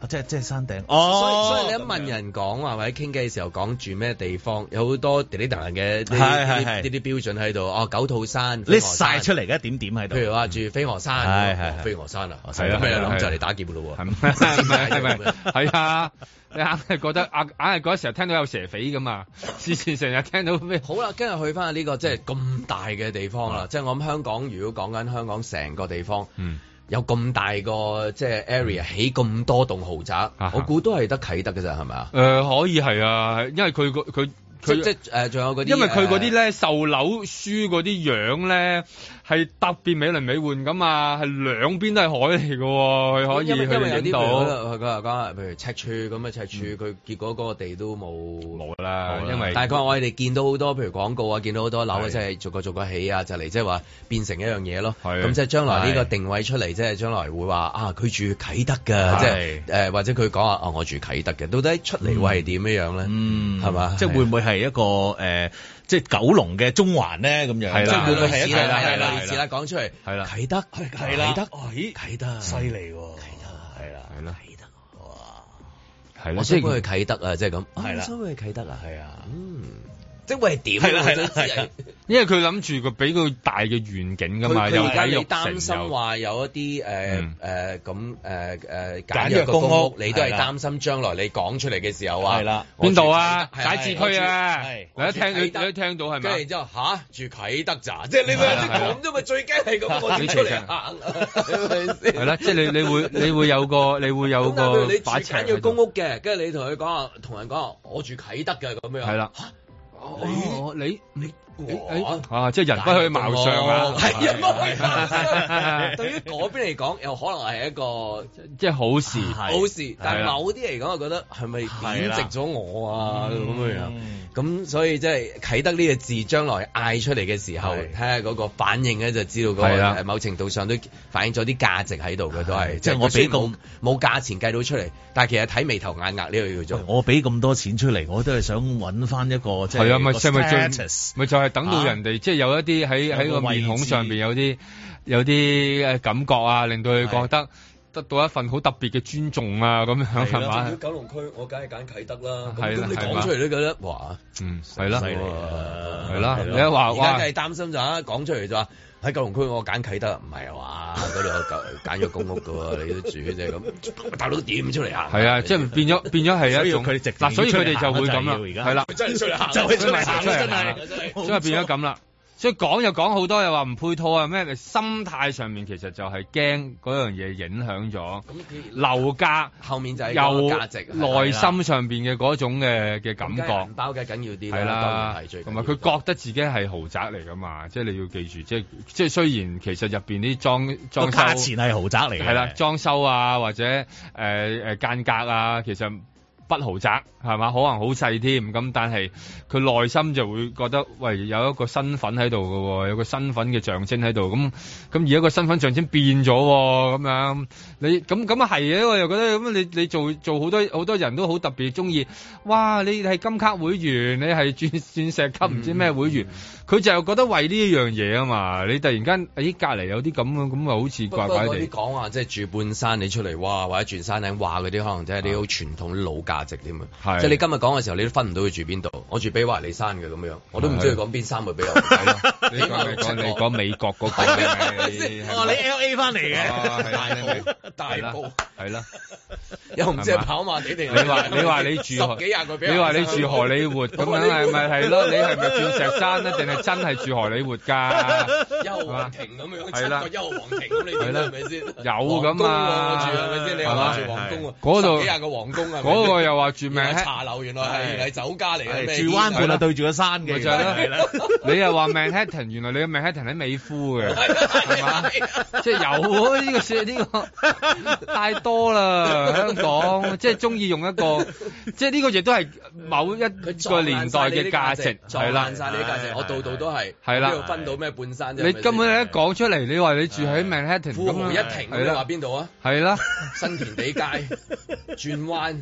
Speaker 1: 啊，即係即係山頂。
Speaker 2: 所以
Speaker 1: 哦，
Speaker 2: 所以你一問人講話或者傾偈嘅時候講住咩地方，有好多地理達人嘅呢
Speaker 1: 係
Speaker 2: 啲
Speaker 1: 係
Speaker 2: 呢
Speaker 1: 係
Speaker 2: 啲呢啲標準喺度。哦，九肚山，
Speaker 1: 你
Speaker 2: 飛鵝山
Speaker 1: 晒出嚟嘅一點點喺度。
Speaker 2: 譬如話住飛鵝山，
Speaker 1: 係係
Speaker 2: 哦
Speaker 1: 係
Speaker 2: 飛鵝山啊，
Speaker 1: 係
Speaker 2: 咁
Speaker 1: 啊
Speaker 2: 你
Speaker 3: 係啊
Speaker 2: 諗
Speaker 3: 係啊
Speaker 2: 就嚟打劫咯喎。
Speaker 3: 係咪係咪係咪係啊？你硬係覺得硬硬係嗰時候聽到有蛇匪㗎嘛？之前成日聽到咩？
Speaker 2: 好啦，跟住去翻呢個即係咁大嘅地方啦，即係我諗香港，如果講緊香港成個地方
Speaker 3: 嗯，
Speaker 2: 有咁大個即係 area 起咁多棟豪宅
Speaker 3: 哈，
Speaker 2: 我估都係得啟德嘅咋，係咪啊？
Speaker 3: 誒、可以係啊，因為佢個佢
Speaker 2: 即
Speaker 3: 佢
Speaker 2: 即誒，仲有嗰啲，呃
Speaker 3: 因為佢嗰
Speaker 2: 誒，
Speaker 3: 啲咧售樓書嗰啲樣咧係特別美輪美奐噶嘛，係兩邊都係海嚟嘅喎，佢可以
Speaker 2: 因為因為有
Speaker 3: 去
Speaker 2: 啲譬如
Speaker 3: 影到。嗯
Speaker 2: 佢佢話講，譬如赤柱咁啊，赤柱佢結果嗰個地都冇
Speaker 3: 冇
Speaker 1: 啊
Speaker 3: 啦，
Speaker 2: 好啦
Speaker 3: 因為
Speaker 2: 但係佢話我哋見到好多，譬如廣告啊，見到好多樓啊，
Speaker 3: 係
Speaker 2: 即係逐個逐個起啊，就嚟即係話變成一樣嘢咯。
Speaker 3: 係
Speaker 2: 咁即係將來呢個
Speaker 1: 係
Speaker 2: 定位出嚟，即係將來會話啊，佢住啟德㗎，
Speaker 1: 係
Speaker 2: 即係誒或者佢講話啊，我住啟德嘅，到底出嚟會係點樣樣咧？
Speaker 1: 嗯，
Speaker 2: 係嘛
Speaker 1: 即係會唔會係一個誒，即係九龍嘅中環咧咁樣？
Speaker 3: 係啦
Speaker 1: 即係會唔會係
Speaker 2: 類
Speaker 1: 一
Speaker 2: 似
Speaker 1: 個
Speaker 2: 啦，
Speaker 3: 係啦
Speaker 2: 係
Speaker 3: 係啦
Speaker 2: 啦，類似啦，講出嚟
Speaker 3: 係啦
Speaker 2: 啟德
Speaker 1: 係啦
Speaker 2: 啟德，
Speaker 1: 哦咦
Speaker 2: 啟德，
Speaker 1: 犀利喎？係啦，
Speaker 3: 係啦，
Speaker 2: 啟德，
Speaker 3: 係啦，
Speaker 2: 我想
Speaker 3: 即係
Speaker 2: 搬去啟德啊，即係咁，啊我
Speaker 1: 係啦
Speaker 2: 想搬去啟德啊，
Speaker 1: 係啊。
Speaker 2: 嗯，即係會係點啊？
Speaker 1: 係啦係啦
Speaker 2: 我想知
Speaker 1: 係啦
Speaker 3: 因為佢諗住佢俾個大嘅願景噶嘛，
Speaker 2: 佢
Speaker 3: 有
Speaker 2: 佢而家
Speaker 3: 體
Speaker 2: 你
Speaker 3: 育
Speaker 2: 擔
Speaker 3: 城
Speaker 2: 心
Speaker 3: 有。
Speaker 2: 話有一啲誒誒
Speaker 3: 嗯
Speaker 2: 咁誒誒簡
Speaker 1: 簡
Speaker 2: 約
Speaker 1: 約
Speaker 2: 嘅
Speaker 1: 公屋
Speaker 2: 公屋，你都係
Speaker 1: 係啦
Speaker 2: 擔心將來你講出嚟嘅時候啊，
Speaker 1: 係啦
Speaker 2: 我
Speaker 3: 邊
Speaker 2: 住
Speaker 3: 度啊？
Speaker 2: 啟德
Speaker 3: 解字區！啊
Speaker 1: 係！
Speaker 3: 你一聽
Speaker 2: 我住
Speaker 3: 你
Speaker 2: 啟德
Speaker 3: 你一聽到係啊
Speaker 2: 係係跟住
Speaker 3: 咪啊
Speaker 2: 然？之後吓，住啟德咋？即係你咪即係咁啫嘛，最驚係咁，我點出嚟 行啊？係咪先
Speaker 3: 係啦，即係你你會你會有個你會
Speaker 2: 咁
Speaker 3: 有
Speaker 2: 但係譬
Speaker 3: 個
Speaker 2: 如你住
Speaker 3: 把尺
Speaker 2: 簡
Speaker 3: 喺
Speaker 2: 約公
Speaker 3: 度。
Speaker 2: 屋嘅，跟住你同佢講啊，同人講啊，我住啟德嘅咁樣。
Speaker 3: 係啦，
Speaker 2: 哦，
Speaker 3: 你你
Speaker 2: 哇
Speaker 3: 啊！即係人不去貌相 啊！
Speaker 2: 係人不去貌 相。對於嗰邊嚟講，又可能係一個
Speaker 3: 即係好事，
Speaker 1: 係啊
Speaker 2: 好事，但係啊
Speaker 3: 係啦
Speaker 2: 某啲嚟講，我覺得係咪貶
Speaker 1: 係啦
Speaker 2: 值咗我啊咁樣樣
Speaker 1: 嗯？
Speaker 2: 咁所以即係啟德呢個字將來嗌出嚟嘅時候，
Speaker 1: 係
Speaker 2: 睇下嗰個反應咧，就知道嗰個
Speaker 3: 係啦
Speaker 2: 誒某程度上都反映咗啲價值喺度嘅，都係
Speaker 1: 係即係我俾個
Speaker 2: 佢雖然冇冇價錢計到出嚟，但係其實睇眉頭眼額呢個叫做。
Speaker 1: 喂我俾咁多錢出嚟，我都係想揾翻一個即係
Speaker 3: 係啊，咪
Speaker 1: 個
Speaker 3: 即係咪最
Speaker 1: status
Speaker 3: 咪就係等到
Speaker 1: 啊
Speaker 3: 人哋即係有一啲喺
Speaker 1: 有
Speaker 3: 喺
Speaker 1: 個
Speaker 3: 個面孔
Speaker 1: 位置
Speaker 3: 上邊有啲有啲誒感覺啊，令到佢覺得得到一份好特別嘅尊重啊，咁樣係
Speaker 2: 至於
Speaker 3: 嘛？
Speaker 2: 九龍區，我梗係揀啟德啦。咁
Speaker 3: 係
Speaker 2: 咁
Speaker 3: 啦
Speaker 2: 你
Speaker 3: 係
Speaker 2: 講
Speaker 3: 嘛
Speaker 2: 出嚟都覺得哇，
Speaker 3: 嗯，係啦
Speaker 1: 犀，利啊
Speaker 3: 係啦，
Speaker 1: 係
Speaker 3: 你
Speaker 1: 咯
Speaker 3: 一話
Speaker 2: 而家
Speaker 3: 哇
Speaker 2: 梗，係擔心就啊，講出嚟就話喺九龍區我揀啟德，唔係啊嘛，嗰度有揀揀咗公屋嘅喎，你都住即係咁，大佬點出嚟行啊？
Speaker 3: 係啊，即係變咗變咗係
Speaker 1: 所
Speaker 3: 一
Speaker 1: 以
Speaker 3: 種
Speaker 1: 佢哋直接
Speaker 3: 嗱，所以佢哋就會
Speaker 1: 出嚟行
Speaker 3: 咁啦，係
Speaker 1: 啦就係要而家
Speaker 3: 啦，
Speaker 2: 真係出嚟行啊，
Speaker 1: 就係出
Speaker 3: 嚟行啊
Speaker 2: 真係
Speaker 3: 真係
Speaker 2: 真係
Speaker 3: 所以變咗咁啦。所以講又講好多，又話唔配套啊咩？心態上面其實就係驚嗰樣嘢影響咗樓價，
Speaker 2: 後面就係啊
Speaker 3: 又
Speaker 2: 個價值
Speaker 3: 內心上邊嘅嗰種嘅嘅感覺。
Speaker 2: 包嘅緊要啲
Speaker 3: 係
Speaker 2: 啦，當
Speaker 3: 啦
Speaker 2: 然係最，緊
Speaker 3: 同
Speaker 2: 要
Speaker 3: 埋
Speaker 2: 嘅
Speaker 3: 佢覺得自己係豪宅嚟噶嘛，即係你要記住，即係即係雖然其實入邊啲裝
Speaker 1: 個
Speaker 3: 裝修
Speaker 1: 價錢係豪宅嚟嘅，
Speaker 3: 係啦，裝修啊或者誒誒、呃間隔啊，其實不豪宅係嘛，可能好細添咁，但係佢內心就會覺得喂有一個身份喺度嘅喎，有個身份嘅象徵喺度，咁咁而家個身份象徵變咗喎，咁樣你咁咁啊係嘅，我又覺得咁你你做做好多好多人都好特別中意，哇！你係金卡會員，你係鑽鑽石級唔知咩會員，佢、就覺得為呢一樣嘢啊嘛，你突然間咦隔離有啲咁樣咁啊，好似
Speaker 2: 不
Speaker 3: 怪怪
Speaker 2: 不過
Speaker 3: 地
Speaker 2: 嗰啲。講話即係住半山你出嚟哇，或者轉山頂話嗰啲，可能真係啲好傳統老價值添啊！
Speaker 3: 啊係
Speaker 2: 即係你今日講嘅時候，你都分唔到佢住邊度。我住比華利山嘅咁樣，我都唔知佢講邊山會比較好睇 咯。
Speaker 3: 你講你講你講美國嗰個
Speaker 2: 係咪先
Speaker 1: 哦，你 L A 翻嚟
Speaker 3: 哦
Speaker 1: 嘅，
Speaker 3: 係啊你明
Speaker 2: 大
Speaker 3: 啦
Speaker 2: 埔，
Speaker 3: 係啦，
Speaker 2: 又唔知
Speaker 3: 係
Speaker 2: 係
Speaker 3: 嘛
Speaker 2: 跑馬地定
Speaker 3: 你話你話你住荷
Speaker 2: 十幾廿個比華
Speaker 3: 你
Speaker 2: 利
Speaker 3: 話
Speaker 2: 山
Speaker 3: 你住荷里活咁樣係咪係咯？你係咪鑽石山咧，定係真係住荷里活㗎？
Speaker 2: 幽王庭咁樣，
Speaker 3: 係
Speaker 2: 七
Speaker 3: 啦
Speaker 2: 個幽王庭咁，你點咧？係咪先？有
Speaker 3: 咁啊
Speaker 2: 我住係咪先？你
Speaker 3: 係嘛
Speaker 2: 話我住皇宮啊？
Speaker 3: 嗰度
Speaker 2: 十幾廿個皇宮啊？
Speaker 3: 嗰個又話住
Speaker 2: 原來係
Speaker 3: Manhattan，
Speaker 2: 茶樓，原來係原來係酒家嚟嘅，咩
Speaker 1: 住灣畔啊，對住個山嘅，
Speaker 3: 咪就係咯
Speaker 1: 係啦。
Speaker 3: 你又話 Manhattan，原來你嘅 Manhattan 喺美孚嘅，係嘛？即係有呢個説呢個太多啦，香港即係中意用一個，即係呢個亦都係某一個年代嘅價值，
Speaker 2: 係
Speaker 3: 係啦
Speaker 2: 啦，。晒呢啲價值，我度度都係，
Speaker 3: 係啦
Speaker 2: 邊度分到咩半山啫？
Speaker 3: 你
Speaker 2: 係咪先
Speaker 3: 根本一講出嚟，你話你住喺 Manhattan
Speaker 2: 富豪一
Speaker 3: 咁啊
Speaker 2: 停，
Speaker 3: 係
Speaker 2: 你話
Speaker 3: 啦，
Speaker 2: 邊 度啊？
Speaker 3: 係啦，
Speaker 2: 新田地街、轉彎，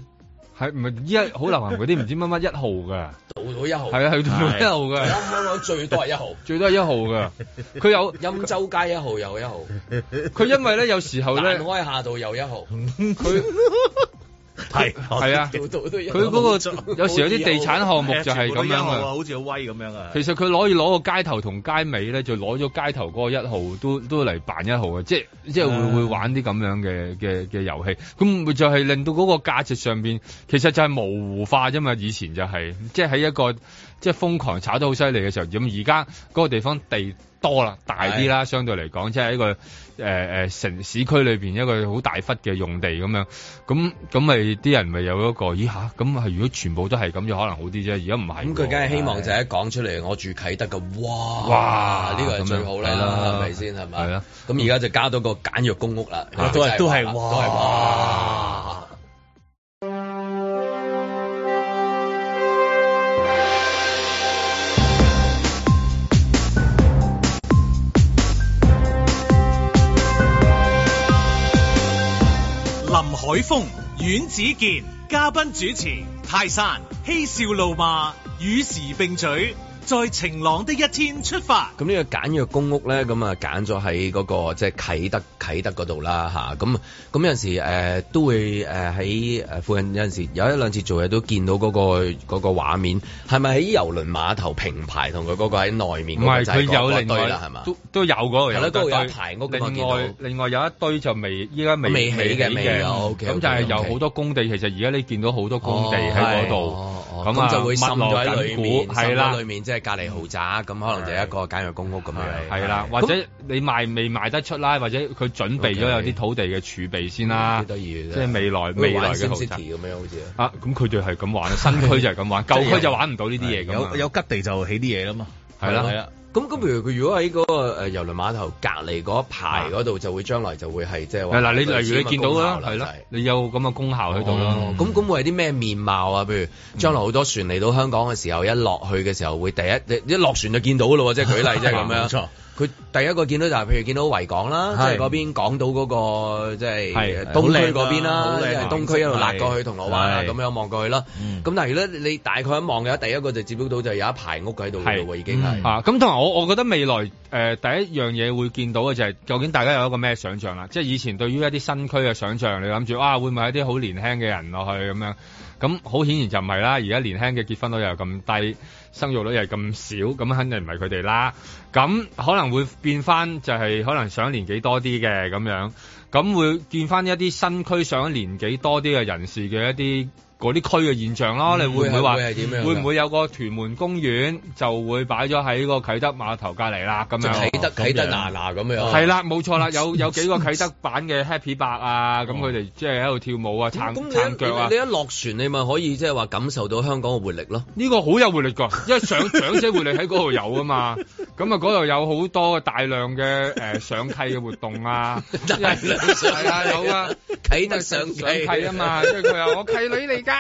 Speaker 3: 係唔係依家好流行嗰啲唔知乜乜一號㗎，
Speaker 2: 到到一號。
Speaker 3: 係啊，去到
Speaker 1: 係
Speaker 3: 一號
Speaker 2: 我
Speaker 3: 㗎，
Speaker 2: 啱啱講最多係一號，
Speaker 3: 最多係一號㗎。佢有
Speaker 2: 欽州街一號又一號，
Speaker 3: 佢因為咧有時候咧
Speaker 2: 蘭，開下道又一號，
Speaker 3: 佢
Speaker 1: 係
Speaker 3: 係啊，
Speaker 2: 度度都一
Speaker 3: 佢
Speaker 2: 號
Speaker 3: 嗰個有時有啲地產啊項目就係咁樣
Speaker 1: 啊，
Speaker 3: 啊。
Speaker 1: 好似好威咁樣啊。
Speaker 3: 其實佢可以攞個街頭同街尾咧，就攞咗街頭嗰個一號都都嚟扮一號嘅，即係即係會
Speaker 2: 嗯
Speaker 1: 啊
Speaker 3: 會玩啲咁樣嘅嘅嘅遊戲，咁咪就係令到嗰個價值上邊其實就係模糊化啫嘛。以前就係、即係喺一個即係瘋狂炒得好犀利嘅時候，咁而家嗰個地方地多啦，大啲啦，相對嚟講，即係一個誒誒、呃城市區裏邊一個好大忽嘅用地咁樣，咁咁咪啲人咪有一個咦吓，咁係如果全部都係咁就可能好啲啫，而家唔係喎。
Speaker 2: 咁佢梗係希望就係一講出嚟，我住啟德嘅，哇
Speaker 3: 哇
Speaker 2: 呢個係最好
Speaker 3: 咁樣係
Speaker 2: 啦，
Speaker 3: 啦
Speaker 2: 係咪先係咪？
Speaker 3: 係啦。
Speaker 2: 咁而家就加多個簡約公屋啦，
Speaker 1: 啊都係都係哇
Speaker 2: 都係哇。
Speaker 4: 林海峰、阮子健，嘉賓主持泰山，嬉笑怒罵，與時並舉，在晴朗的一天出發。
Speaker 2: 咁呢個簡約公屋咧，咁啊揀咗喺嗰個即係啟德啟德嗰度啦吓，咁咁有陣時誒、呃都會誒喺誒附近有陣時有一兩次做嘢都見到嗰、個嗰、個畫面，係咪喺郵輪碼頭平排同佢嗰個喺內面
Speaker 3: 唔
Speaker 2: 嗰個
Speaker 3: 係
Speaker 2: 就係
Speaker 3: 佢有
Speaker 2: 嗰
Speaker 3: 另
Speaker 2: 堆
Speaker 3: 外
Speaker 2: 啦係嘛？
Speaker 3: 都都有嗰個
Speaker 2: 係啦
Speaker 3: 有
Speaker 2: 嗰個有
Speaker 3: 一堆
Speaker 2: 排屋㗎嘛
Speaker 3: 另
Speaker 2: 見
Speaker 3: 外
Speaker 2: 到
Speaker 3: 另外有一堆就未依家未
Speaker 2: 未起嘅
Speaker 3: 起
Speaker 2: 未有，OK，
Speaker 3: 咁
Speaker 2: OK，
Speaker 3: 就係有
Speaker 2: OK
Speaker 3: 好多工地，其實而家你見到好多工地喺
Speaker 2: 哦
Speaker 3: 嗰度，
Speaker 2: 哦
Speaker 3: 咁
Speaker 2: 咁
Speaker 3: 啊
Speaker 2: 就會滲咗喺裏
Speaker 3: 密
Speaker 2: 面，
Speaker 3: 鑼緊鼓
Speaker 2: 滲
Speaker 3: 係
Speaker 2: 咗
Speaker 3: 啦
Speaker 2: 裏。面即係隔離豪宅，咁可能就一個簡約公屋咁樣。
Speaker 3: 係啦，或者你賣未賣得出啦，或者佢準備咗
Speaker 2: OK
Speaker 3: 有啲土地嘅儲備先啦
Speaker 2: 幾，得意嘅啫
Speaker 3: 即係未來
Speaker 2: 咁
Speaker 3: 未來
Speaker 2: 玩
Speaker 3: 嘅
Speaker 2: Sim
Speaker 3: 豪宅
Speaker 2: City 咁樣好似。
Speaker 3: 啊！咁佢哋係咁玩，新區就係 咁玩，舊區就玩唔到呢啲嘢咁啊
Speaker 1: 有有吉地就起啲嘢啦嘛。
Speaker 3: 係啊啦
Speaker 1: 係啦。
Speaker 2: 咁咁，譬如佢如果喺嗰個誒呃郵輪碼頭隔離嗰一排嗰度，就會將來就會係即係話
Speaker 3: 係嗱，你例如你見到啦，
Speaker 2: 類似咁嘅功效
Speaker 3: 係啦
Speaker 2: 就係，
Speaker 3: 你有咁嘅功效喺度啦。
Speaker 2: 哦咁咁會係啲咩面貌啊？譬如將來好多船嚟到香港嘅時候，一落去嘅時候會第一一落船就見到咯喎，即係舉例即係咁
Speaker 3: 啊
Speaker 2: 樣。
Speaker 1: 冇錯
Speaker 2: 佢第一個見到就係譬如見到維港啦，即係
Speaker 1: 係
Speaker 2: 嗰邊港島嗰個即係
Speaker 3: 係
Speaker 2: 東區嗰邊
Speaker 1: 好
Speaker 2: 啦，即
Speaker 1: 靚
Speaker 2: 係
Speaker 1: 啊
Speaker 2: 東區一路辣過去
Speaker 1: 係
Speaker 2: 銅鑼灣啊，
Speaker 1: 係
Speaker 2: 咁樣望過去啦。
Speaker 1: 嗯
Speaker 2: 咁但係如果你大概一望嘅話，第一個就接觸到就有一排屋喺度嘅喎，
Speaker 3: 係
Speaker 2: 已經係。
Speaker 3: 啊，咁同埋我，我覺得未來誒、呃第一樣嘢會見到嘅就係究竟大家有一個咩想像啦，即係以前對於一啲新區嘅想像，你諗住啊會唔會有一啲好年輕嘅人落去咁樣？咁好顯然就唔係啦，而家年輕嘅結婚率又咁低，生育率又咁少，咁肯定唔係佢哋啦。咁可能會變翻就係可能上年紀多啲嘅咁樣，咁會見翻一啲新區上年紀多啲嘅人士嘅一啲嗰啲區嘅現象啦。
Speaker 2: 嗯
Speaker 3: 你會唔會話
Speaker 2: 會係點樣㗎
Speaker 3: 會唔會有個屯門公園就會擺咗喺個啟德碼頭隔離啦？咁
Speaker 2: 就
Speaker 3: 樣
Speaker 2: 啟德
Speaker 1: 咁樣
Speaker 2: 啟德嗱嗱咁樣，
Speaker 3: 係啦，冇錯啦， 有有幾個啟德版嘅 Happy 伯啊，咁佢哋即係喺度跳舞啊、撐
Speaker 2: 哦咁你一
Speaker 3: 撐腳啊
Speaker 2: 你一，你一落船，你咪可以即係話感受到香港嘅活力 咯。
Speaker 3: 呢個好有活力㗎，因為上 長者活力喺嗰度有啊嘛，咁啊嗰度有好多大量嘅誒上契嘅活動啊，
Speaker 2: 大量上
Speaker 3: 係啊有啊，
Speaker 2: 啟德上
Speaker 3: 上契啊嘛，即係佢話我契女嚟㗎，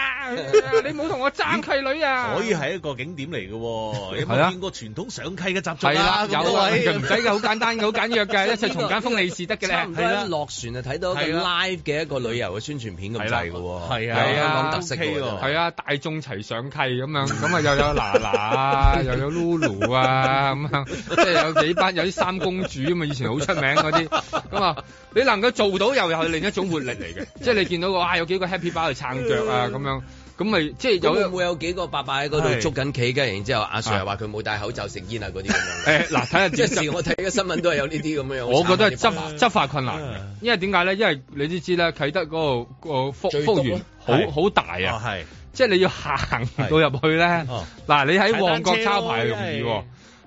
Speaker 3: 你唔好同我爭契女啊，
Speaker 1: 可以係一個景點嚟嘅 喎，有
Speaker 3: 係啊
Speaker 1: 冇見過傳統上契嘅習俗
Speaker 3: 係啦，
Speaker 1: 啊？
Speaker 3: 有
Speaker 1: 咁
Speaker 3: 啊，
Speaker 1: 多位
Speaker 3: 佢唔使嘅，好簡單嘅，好簡約 嘅，一齊重簡風利是得 嘅
Speaker 2: 差
Speaker 3: 咧
Speaker 2: 唔，多
Speaker 3: 係啦
Speaker 2: 一。落船就睇到一
Speaker 3: 係
Speaker 2: 個
Speaker 3: 啦
Speaker 2: live 嘅一個旅遊嘅宣傳片咁滯嘅喎，
Speaker 1: 係
Speaker 3: 啊
Speaker 2: 有香港特色嘅
Speaker 1: OK 喎
Speaker 2: 喎，
Speaker 3: 係啊，大眾齊上契咁樣，咁啊又有娜娜啊， 又有 Lulu 啊，咁樣即係有幾班有啲三公主咁啊，以前好出名嗰啲，咁啊你能夠做到又係另一種活力嚟嘅，即係你見到個哇有幾個 Happy Bar 去撐腳啊咁樣，咁咪即係
Speaker 2: 有會
Speaker 3: 有
Speaker 2: 唔會有幾個伯伯喺嗰度
Speaker 1: 係
Speaker 2: 捉緊企跟，然之後阿 Sir 又話佢冇戴口罩食煙啊嗰啲咁樣？
Speaker 3: 誒嗱睇 下
Speaker 2: 即
Speaker 3: 點
Speaker 2: 係時我睇嘅新聞都係有呢啲咁樣。
Speaker 3: 我覺得
Speaker 2: 好
Speaker 3: 係
Speaker 2: 慘啊
Speaker 3: 執執法困難嘅
Speaker 1: 嗯，
Speaker 3: 因為點解咧？因為你都知啦，啟德嗰個個幅
Speaker 2: 最
Speaker 3: 幅
Speaker 2: 篤
Speaker 3: 員
Speaker 2: 咯
Speaker 3: 好
Speaker 1: 係
Speaker 3: 好大
Speaker 1: 哦
Speaker 3: 啊，
Speaker 1: 係
Speaker 3: 即係你要行到入去咧。
Speaker 1: 哦
Speaker 3: 嗱，你喺
Speaker 1: 踩
Speaker 3: 旺角
Speaker 1: 單車
Speaker 3: 抄
Speaker 1: 咯
Speaker 3: 牌容易
Speaker 1: 因
Speaker 3: 喎
Speaker 1: 為。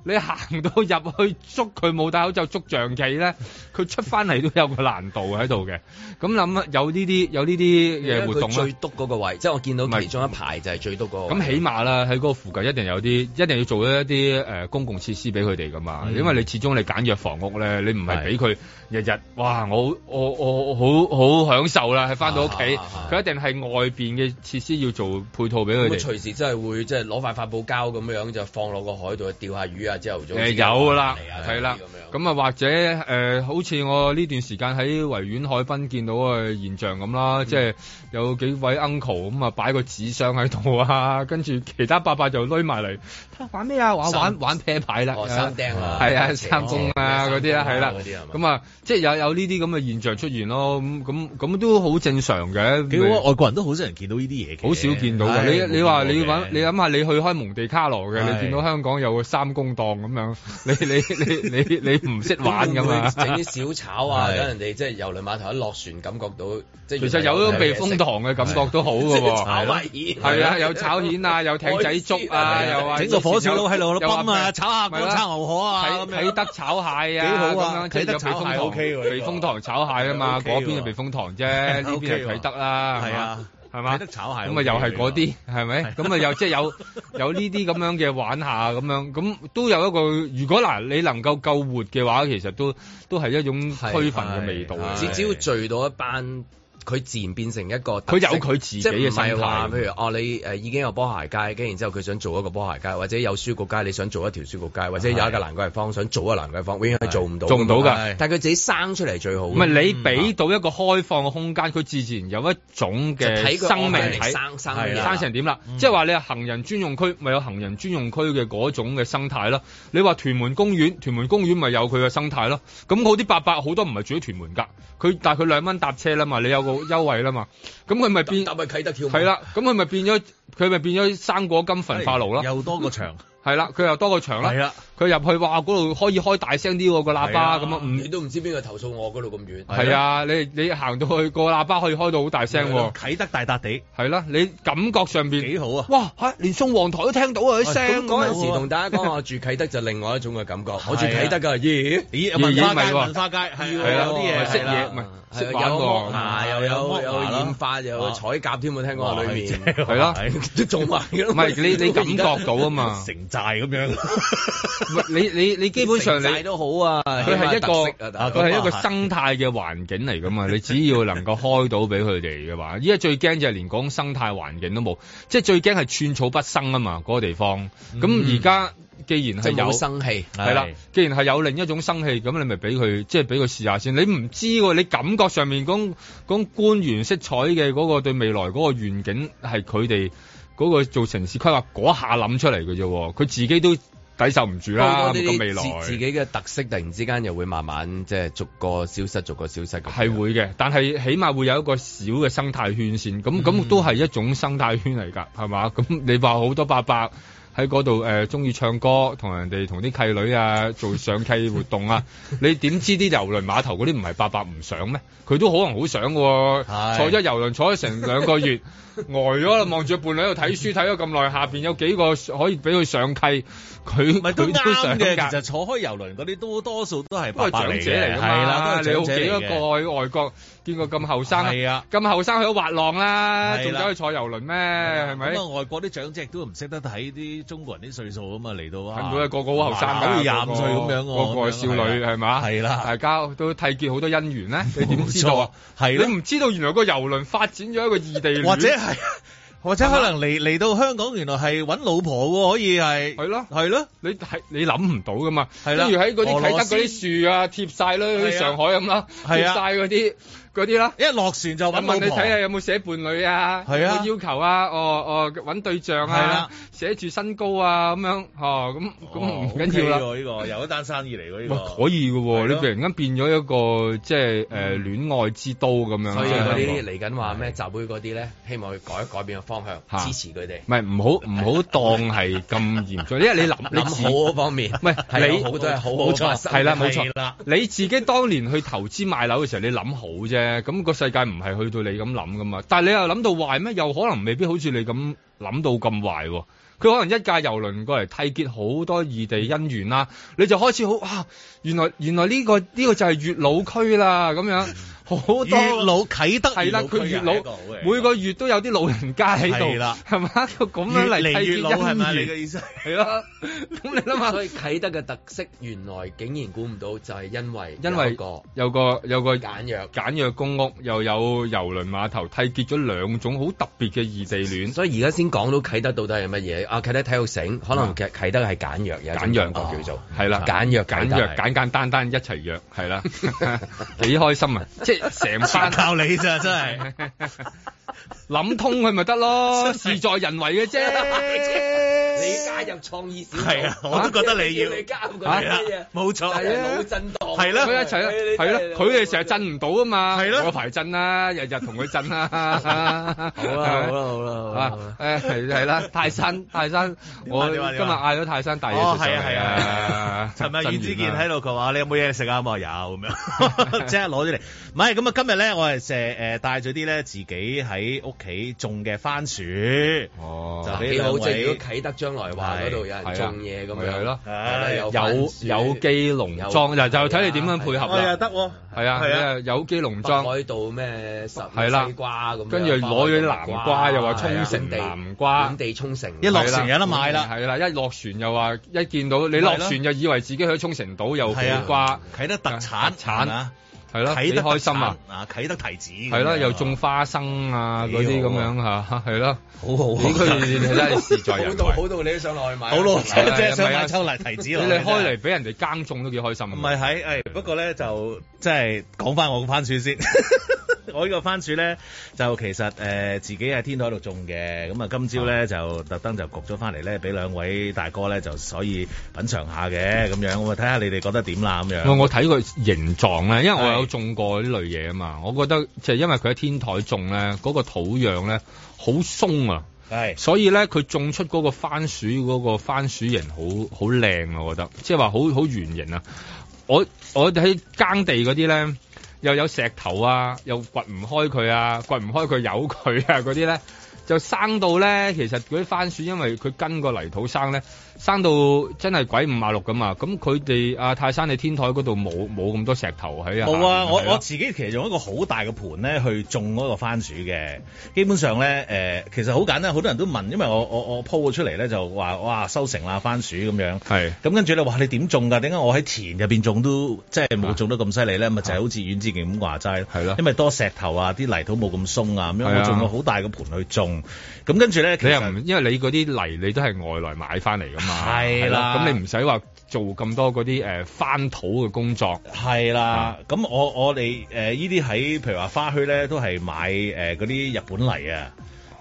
Speaker 3: 你行到入去捉佢冇戴口罩捉象棋咧，佢出翻嚟都有個難度喺度嘅。咁諗啊，有呢啲有呢啲
Speaker 2: 啲
Speaker 3: 嘅活動
Speaker 2: 佢最
Speaker 3: 啦。
Speaker 2: 篤嗰個位，即係我見
Speaker 3: 唔
Speaker 2: 到
Speaker 3: 係
Speaker 2: 其中一排就係最篤嗰個位。
Speaker 3: 咁起碼啦，喺嗰個附近一定有啲，一定要做一啲誒、呃公共設施俾佢哋噶嘛。
Speaker 1: 嗯
Speaker 3: 因為你始終你簡約房屋咧，你唔係
Speaker 2: 係
Speaker 3: 俾佢日日哇，我我我我好好享受啦，係翻到屋企，
Speaker 2: 啊啊啊
Speaker 3: 佢一定係外邊嘅設施要做配套俾
Speaker 2: 咁啊
Speaker 3: 佢
Speaker 2: 佢
Speaker 3: 哋。
Speaker 2: 隨時真係會即係攞塊發泡膠咁樣就放落個海度釣下魚啊，朝頭早
Speaker 3: 誒有啦
Speaker 2: 嚟啊，
Speaker 3: 係啦
Speaker 2: 嗰，啲咁樣
Speaker 3: 咁啊或者誒、呃好似我呢段時間喺維園海濱見到嘅現象咁啦，即係有幾位 uncle 咁啊擺個紙箱喺度啊， 跟住其他伯伯就攆埋嚟，玩咩啊？玩
Speaker 2: 三
Speaker 3: 玩玩啤牌啦，
Speaker 2: 哦三釘啊
Speaker 3: 係啊，
Speaker 2: 斜
Speaker 3: 三公啊
Speaker 2: 斜
Speaker 3: 嗰啲啦，
Speaker 2: 三公啊
Speaker 3: 係啦
Speaker 2: 嗰啲係嘛，
Speaker 3: 咁啊即係有有呢啲咁嘅現象出現咯，咁咁咁都好正常嘅，
Speaker 1: 幾好啊，外國人都好少人見到呢啲嘢嘅，
Speaker 3: 好少見到
Speaker 1: 係
Speaker 3: 嘅。你你話你
Speaker 1: 冇見過
Speaker 3: 揾
Speaker 1: 嘅
Speaker 3: 你諗下，你去開蒙地卡羅嘅，
Speaker 1: 係
Speaker 3: 你見到香港有個三公檔咁樣， 你你你你你唔識玩 咁啊！
Speaker 2: 整啲小炒啊，
Speaker 1: 係
Speaker 2: 等人哋即係郵輪碼頭一落船，感覺到即係
Speaker 3: 其實有種避風塘嘅感覺都好嘅喎。
Speaker 2: 喎
Speaker 3: 係啊，有炒蜆啊，有艇仔粥啊，
Speaker 2: 海鮮啊
Speaker 3: 又話
Speaker 1: 整個火燒佬喺度
Speaker 3: 又話
Speaker 1: 泵啊，炒下
Speaker 3: 咪
Speaker 1: 港
Speaker 3: 啦
Speaker 1: 產牛河啊，
Speaker 3: 睇
Speaker 1: 咁樣
Speaker 3: 睇得炒蟹啊，
Speaker 1: 幾好啊
Speaker 3: 咁樣即係
Speaker 1: 啟德
Speaker 3: 有避
Speaker 1: 炒
Speaker 3: 風
Speaker 1: 蟹
Speaker 3: 塘
Speaker 1: OK 喎呢個
Speaker 3: 避風塘炒蟹啊嘛，
Speaker 1: OK
Speaker 3: 嗰
Speaker 1: 喎
Speaker 3: 邊係避風塘啫，呢邊係
Speaker 1: OK 喎
Speaker 3: 啟德啦，
Speaker 1: 係啊，
Speaker 3: 係嘛，係
Speaker 1: 睇
Speaker 3: 嘛
Speaker 1: 得。炒蟹
Speaker 3: 咁啊，又係嗰啲，係咪？
Speaker 1: 係
Speaker 3: 咁啊，又即係有有呢啲咁樣嘅玩下咁樣，咁都有一個。如果嗱，你能夠救活嘅話，其實都都係一種
Speaker 2: 係
Speaker 3: 區分嘅味道嚟啊
Speaker 1: 係
Speaker 2: 只只要聚到一班，佢自然變成一個特
Speaker 3: 佢
Speaker 2: 色
Speaker 3: 有佢自己
Speaker 2: 即係
Speaker 3: 嘅
Speaker 2: 唔係
Speaker 3: 心
Speaker 2: 話
Speaker 3: 態
Speaker 2: 譬如哦，你誒已經有波鞋街，跟然之後佢想做一個波鞋街，或者有書局街，你想做一條書局街，或者有一個蘭桂坊想做一個蘭桂坊，永遠係做唔到㗎嘛，
Speaker 3: 做唔到㗎啊
Speaker 2: 係但係佢自己生出嚟最好㗎。
Speaker 3: 唔係你
Speaker 2: 嗯
Speaker 3: 俾到一個開放嘅空間，佢自然有一種
Speaker 2: 就
Speaker 3: 嘅
Speaker 2: 睇佢
Speaker 3: 生命
Speaker 2: 哦
Speaker 3: 體啊
Speaker 2: 生生嗯
Speaker 1: 係
Speaker 2: 咩
Speaker 1: 啦
Speaker 3: 生成點啦。即係話你係行人專用區，咪有行人專用區嘅嗰種嘅生態咯。你話屯門公園，屯門公園咪有佢嘅生態咯。咁我啲伯伯好多唔係住喺屯門㗎，佢但係佢兩蚊搭車啦嘛，你有個優惠啦嘛，咁佢咪變
Speaker 2: 搭咪啟德跳舞
Speaker 3: 係，啦，咁佢咪變咗佢咪變咗生果金焚化爐
Speaker 2: 啊
Speaker 3: 咯，
Speaker 1: 哎又多個場，
Speaker 3: 係啦，佢又多個場
Speaker 1: 係
Speaker 3: 啦，
Speaker 1: 啦，
Speaker 3: 佢入去哇嗰度可以開大聲啲喎個喇叭咁
Speaker 1: 係
Speaker 3: 啊
Speaker 1: 啊，
Speaker 3: 唔
Speaker 2: 你都唔知邊個投訴我嗰度咁遠。
Speaker 3: 係啊，你你行到去個喇叭可以開到好大聲喎，
Speaker 1: 啟德大笪地
Speaker 3: 係啦，你感覺上邊
Speaker 1: 幾好啊！
Speaker 3: 哇嚇，連宋皇台都聽到啊啲聲
Speaker 2: 咁嗰陣
Speaker 3: 咁
Speaker 2: 時
Speaker 3: 樣。
Speaker 2: 同大家講，我住啟德就另外一種嘅感覺。我住
Speaker 1: 係啊
Speaker 2: 啟德㗎，咦？
Speaker 1: 咦，
Speaker 3: 咦
Speaker 1: 文化
Speaker 3: 咪喎
Speaker 1: 街，文化街係
Speaker 3: 係啊
Speaker 1: 有啲嘢
Speaker 3: 識
Speaker 1: 係
Speaker 3: 嘢
Speaker 1: 啦
Speaker 3: 唔係
Speaker 2: 係
Speaker 3: 識
Speaker 2: 有
Speaker 3: 玩
Speaker 2: 剝
Speaker 3: 喎
Speaker 2: 牙，又有
Speaker 1: 係啊
Speaker 2: 有
Speaker 1: 剝牙啦
Speaker 2: 染髮，又有
Speaker 1: 啊
Speaker 2: 彩甲添喎，聽講話裏面
Speaker 1: 哇
Speaker 3: 係啦
Speaker 1: 真 係
Speaker 2: 都做埋嘅咯。
Speaker 3: 唔係 你你感覺到啊嘛，
Speaker 1: 城寨咁樣。
Speaker 3: 唔係你你你基本上你
Speaker 2: 成寨都好啊，
Speaker 3: 佢係一
Speaker 2: 起碼
Speaker 3: 個
Speaker 2: 特色啊大
Speaker 1: 啊
Speaker 2: 佬
Speaker 3: 佢係一個生態嘅環境嚟噶嘛，你只要能夠開到俾佢哋 嘅話，依家最驚就係連講生態環境都冇，即係最驚係寸草不生啊嘛，嗰、個地方。咁而家既然係
Speaker 2: 即係
Speaker 3: 有
Speaker 2: 有。生氣。
Speaker 3: 係啦，既然係有另一種生氣，咁你咪俾佢即係俾佢試下先。你唔知喎，你感覺上面講講官員色彩嘅嗰個對未來嗰個願景係佢哋嗰個做城市規劃嗰下諗出嚟嘅啫喎，佢自己都抵受唔住啦
Speaker 2: 多
Speaker 3: 咁
Speaker 2: 啲
Speaker 3: 個未來。
Speaker 2: 自自己嘅特色，突然之間又會慢慢即係逐個消失，逐個消
Speaker 1: 啊
Speaker 2: 失咁樣。
Speaker 3: 係啊會嘅，但係起碼會有一個小嘅生態圈先，
Speaker 1: 嗯
Speaker 3: 咁咁都係一種生態圈嚟㗎，係嘛？咁你話好多伯伯喺嗰度誒，中、意唱歌，同人哋同啲契女啊做上契活動 啊，你點知啲郵輪碼頭嗰啲唔係伯伯唔想咩？佢都可能好想嘅喎、
Speaker 1: 係
Speaker 3: 坐咗郵輪坐咗成兩個月，呆咗啦，望住個伴侶喺度睇書睇咗咁耐，下邊有幾個可以俾佢上契，佢
Speaker 1: 唔係都
Speaker 3: 佢都
Speaker 1: 啱
Speaker 3: 上
Speaker 1: 嘅，其
Speaker 3: 㗎。
Speaker 1: 實坐開遊輪嗰啲都多數都係
Speaker 3: 都
Speaker 1: 伯
Speaker 3: 係
Speaker 1: 伯
Speaker 3: 長
Speaker 1: 嚟
Speaker 3: 者
Speaker 1: 嘅，
Speaker 3: 嚟㗎
Speaker 1: 係啦，
Speaker 3: 嘛，
Speaker 1: 都係
Speaker 3: 你有
Speaker 1: 長者
Speaker 3: 幾多
Speaker 1: 嚟嘅。
Speaker 3: 個去外國見過咁後生啊？
Speaker 1: 係啊，
Speaker 3: 咁後生去咗滑浪啦，
Speaker 1: 係
Speaker 3: 仲
Speaker 1: 啦
Speaker 3: 走去坐遊輪咩？係咪
Speaker 1: 咁？啊，外國啲長者亦都唔識得睇啲中國人啲歲數啊嘛，嚟到啊，
Speaker 3: 近到係個個好後生
Speaker 1: 好
Speaker 3: 㗎，
Speaker 1: 似廿五歲咁樣喎，
Speaker 3: 個個係少女係嘛？
Speaker 1: 係啊啦
Speaker 3: 大家都締結好多姻緣咧，你點知道啊？
Speaker 1: 係啦
Speaker 3: 你唔知道原來個遊輪發展咗一個異地戀，
Speaker 1: 或者係， 或者可能嚟嚟到香港，原來係揾老婆喎，可以係
Speaker 3: 係咯
Speaker 1: 係咯，
Speaker 3: 你係你諗唔到噶嘛？
Speaker 1: 係啦
Speaker 3: 跟住喺嗰啲
Speaker 1: 俄
Speaker 3: 啟
Speaker 1: 羅
Speaker 3: 德
Speaker 1: 斯
Speaker 3: 嗰啲樹啊貼晒啦，
Speaker 1: 係啊
Speaker 3: 去上海咁啦，貼
Speaker 1: 係啊
Speaker 3: 晒嗰啲嗰啲啦。
Speaker 1: 一落船就
Speaker 3: 我
Speaker 1: 揾
Speaker 3: 問
Speaker 1: 老
Speaker 3: 你睇下
Speaker 1: 婆。
Speaker 3: 有冇寫伴侶啊？
Speaker 1: 係啊
Speaker 3: 有冇要求啊？哦哦，揾對象
Speaker 1: 係
Speaker 3: 啊
Speaker 1: 啦，
Speaker 3: 寫住身高啊咁樣，哦咁咁唔緊要啦。
Speaker 1: 啦，呢個又一單生意嚟喎，呢
Speaker 3: 哇
Speaker 1: 個
Speaker 3: 可以嘅
Speaker 1: 係
Speaker 3: 喎，
Speaker 1: 咯
Speaker 3: 你突然間變咗一個即係誒戀愛之都咁樣。
Speaker 2: 所以
Speaker 3: 即係
Speaker 2: 嗰
Speaker 3: 香港
Speaker 2: 啲嚟緊話咩集會嗰啲咧，希望佢改改變個方
Speaker 3: 嚇
Speaker 2: 向，支持佢哋。
Speaker 3: 唔係唔好唔好當係咁嚴重，因為你諗你
Speaker 2: 諗
Speaker 3: 自
Speaker 2: 好嗰方面，
Speaker 3: 唔係
Speaker 2: 係
Speaker 3: 你
Speaker 2: 有好多係好
Speaker 1: 冇錯
Speaker 2: 好
Speaker 3: 哦係啦冇錯
Speaker 1: 係啦
Speaker 3: 你自己當年去投資買樓嘅時候，你諗好啫，咁、個世界唔係去到你咁諗噶嘛。但係你又諗到壞咩？又可能未必好似你咁諗到咁壞喎。佢可能一架遊輪過嚟締結好多異地姻緣啦，你就開始好啊！原來原來呢、個呢、個就係月老區啦，咁樣好多
Speaker 1: 月嗯老啟德
Speaker 3: 係啦，佢
Speaker 1: 區
Speaker 3: 月
Speaker 1: 啊
Speaker 3: 老
Speaker 1: 係一個好嘅
Speaker 3: 每個月都有啲老人家喺度，
Speaker 1: 係啦
Speaker 3: 係嘛？咁樣嚟
Speaker 1: 越嚟
Speaker 3: 締
Speaker 1: 越
Speaker 3: 結
Speaker 1: 老係咪？
Speaker 3: 姻
Speaker 1: 你嘅
Speaker 3: 緣，
Speaker 1: 意思係？
Speaker 3: 係啦。咁 你諗下
Speaker 2: 所。以啟德嘅特色原來竟然估唔到，就係因為
Speaker 3: 因
Speaker 2: 為
Speaker 3: 為
Speaker 2: 個
Speaker 3: 有個有個
Speaker 2: 簡約，
Speaker 3: 簡約公屋，又有郵輪碼頭，締結咗兩種好特別嘅異地 戀。
Speaker 2: 所以而家先講到啟德到底係乜嘢啊？啟德體育城可能啟啟德係簡約嘅，哦
Speaker 3: 簡約
Speaker 2: 個叫做
Speaker 3: 係啦，
Speaker 2: 簡約
Speaker 3: 簡
Speaker 2: 簡
Speaker 3: 約
Speaker 2: 約
Speaker 3: 簡簡單單一齊約，係啦， 幾開 心啊！即係成班
Speaker 1: 靠你咋，真係。
Speaker 3: 諗通佢咪得 咯，事在人為嘅 啫。
Speaker 2: 你加入創意小組
Speaker 1: 係啊我都覺得你要
Speaker 2: 你加入佢
Speaker 1: 係啦
Speaker 2: 乜嘢？
Speaker 1: 啊冇錯
Speaker 2: 但係腦震盪
Speaker 1: 係啦
Speaker 3: 佢一齊啦，啊係啦，佢哋成日震唔到啊嘛，
Speaker 1: 係啦
Speaker 3: 我排震啦，日日同佢震啦，好 啦
Speaker 2: 好啦好啦好啦好啦好啦
Speaker 3: 啊，誒係係啦，泰山泰山，我今
Speaker 1: 點啊
Speaker 3: 日
Speaker 1: 點啊
Speaker 3: 嗌咗泰山大嘢
Speaker 1: 哦，
Speaker 3: 食上
Speaker 1: 係啊，係
Speaker 3: 嚟
Speaker 1: 啊
Speaker 3: 啊，，
Speaker 1: 尋日
Speaker 3: 震
Speaker 1: 阮之
Speaker 3: 完
Speaker 1: 健
Speaker 3: 啦
Speaker 1: 喺度，佢話你有冇嘢食啊？咁我有咁樣，即刻攞咗嚟。唔係咁啊，今日咧我係誒誒帶咗啲咧自己喺屋企種嘅番薯，就
Speaker 3: 哦，
Speaker 1: 俾
Speaker 2: 啊幾
Speaker 1: 兩
Speaker 2: 好，即係如
Speaker 1: 位
Speaker 2: 果。啟德將來話嗰度有人種嘢咁
Speaker 3: 係啊
Speaker 2: 樣，
Speaker 3: 係咯
Speaker 1: 係
Speaker 2: 有番
Speaker 3: 有
Speaker 2: 薯
Speaker 3: 有機農莊，就就睇你點樣配合
Speaker 1: 我又
Speaker 3: 啦。
Speaker 1: 得喎，
Speaker 3: 係啊，
Speaker 1: 係啊
Speaker 3: 你有機農
Speaker 2: 北
Speaker 3: 莊，
Speaker 2: 海道咩十
Speaker 3: 係啦
Speaker 2: 西瓜咁樣，
Speaker 3: 跟住攞咗啲南瓜，又話沖繩
Speaker 2: 係啊
Speaker 3: 南瓜
Speaker 2: 本。地沖繩，
Speaker 1: 一落船有得買啦。
Speaker 3: 係啦，一落船又話一見到你落船就以為自己去沖繩島有
Speaker 1: 係啊
Speaker 3: 苦瓜，
Speaker 1: 啟德特產，
Speaker 3: 特產啊
Speaker 1: 係嘛
Speaker 3: 係啦，幾
Speaker 1: 啟德特
Speaker 3: 開心啊！
Speaker 1: 產！啊，啟德提子咁樣啊，
Speaker 3: 係啦，又種花生啊
Speaker 1: 幾
Speaker 3: 嗰啲咁
Speaker 1: 好啊
Speaker 3: 樣嚇， 係啦。
Speaker 1: 好好
Speaker 3: 你佢哋真係事在
Speaker 2: 好
Speaker 3: 人
Speaker 2: 到好
Speaker 3: 為。
Speaker 2: 到你都想落去買，
Speaker 1: 好 咯，即
Speaker 3: 係啊
Speaker 1: 係想
Speaker 3: 係啊
Speaker 1: 買秋梨提子
Speaker 3: 你
Speaker 1: 落去
Speaker 3: 哋開
Speaker 1: 真係
Speaker 3: 嚟俾人哋耕種都幾開心。啊
Speaker 1: 唔係喺，誒、不過咧就即係講翻我個番薯先。我呢個番薯咧就其實誒、呃自己喺天台度種嘅，咁啊今朝咧就特登就焗咗翻嚟咧，俾兩位大哥咧就所以品嘗下嘅咁樣，咁啊睇下你哋覺得點啦咁
Speaker 3: 我
Speaker 1: 樣。
Speaker 3: 我睇佢形狀咧，因為我
Speaker 1: 係
Speaker 3: 有種過呢類嘢啊嘛，我覺得就係因為佢喺天台種咧，嗰、個土壤咧好鬆啊，
Speaker 1: 係
Speaker 3: 所以咧佢種出嗰個番薯嗰、個番薯形好好靚啊，我覺得，即係話好好圓形啊。我我喺耕地嗰啲咧，又有石頭啊，又掘唔開佢啊，掘唔開佢有佢啊 嗰啲咧，就生到咧，其實嗰啲番薯因為佢跟個泥土生咧，生到真係鬼五馬六噶嘛。咁佢哋啊泰山你天台嗰度冇冇咁多石頭喺下面
Speaker 1: 冇啊！我
Speaker 3: 係
Speaker 1: 我自己其實用一個好大嘅盤咧去種嗰個番薯嘅，基本上咧誒、呃其實好簡單，好多人都問，因為我我我 po 咗出嚟咧就話哇收成啦番薯咁樣。
Speaker 3: 係
Speaker 1: 咁跟住咧話你點種㗎？點解我喺田入邊種都即係冇種得咁犀利
Speaker 3: 啊
Speaker 1: 咧？咪就係好似阮志健咁話齋咯
Speaker 3: 係咯
Speaker 1: 因為多石頭啊，啲泥土冇咁鬆啊，咁
Speaker 3: 係
Speaker 1: 樣
Speaker 3: 啊
Speaker 1: 我種個好大嘅盤去種。咁跟住咧，其
Speaker 3: 你又唔
Speaker 1: 實
Speaker 3: 因為你嗰啲泥你都係外來買翻嚟噶嘛，
Speaker 1: 係啦
Speaker 3: 係咯咁你唔使話做咁多嗰啲誒翻土嘅工作。
Speaker 1: 係啦。咁我我哋誒依啲喺譬如話花墟咧，都係買誒嗰啲日本泥啊。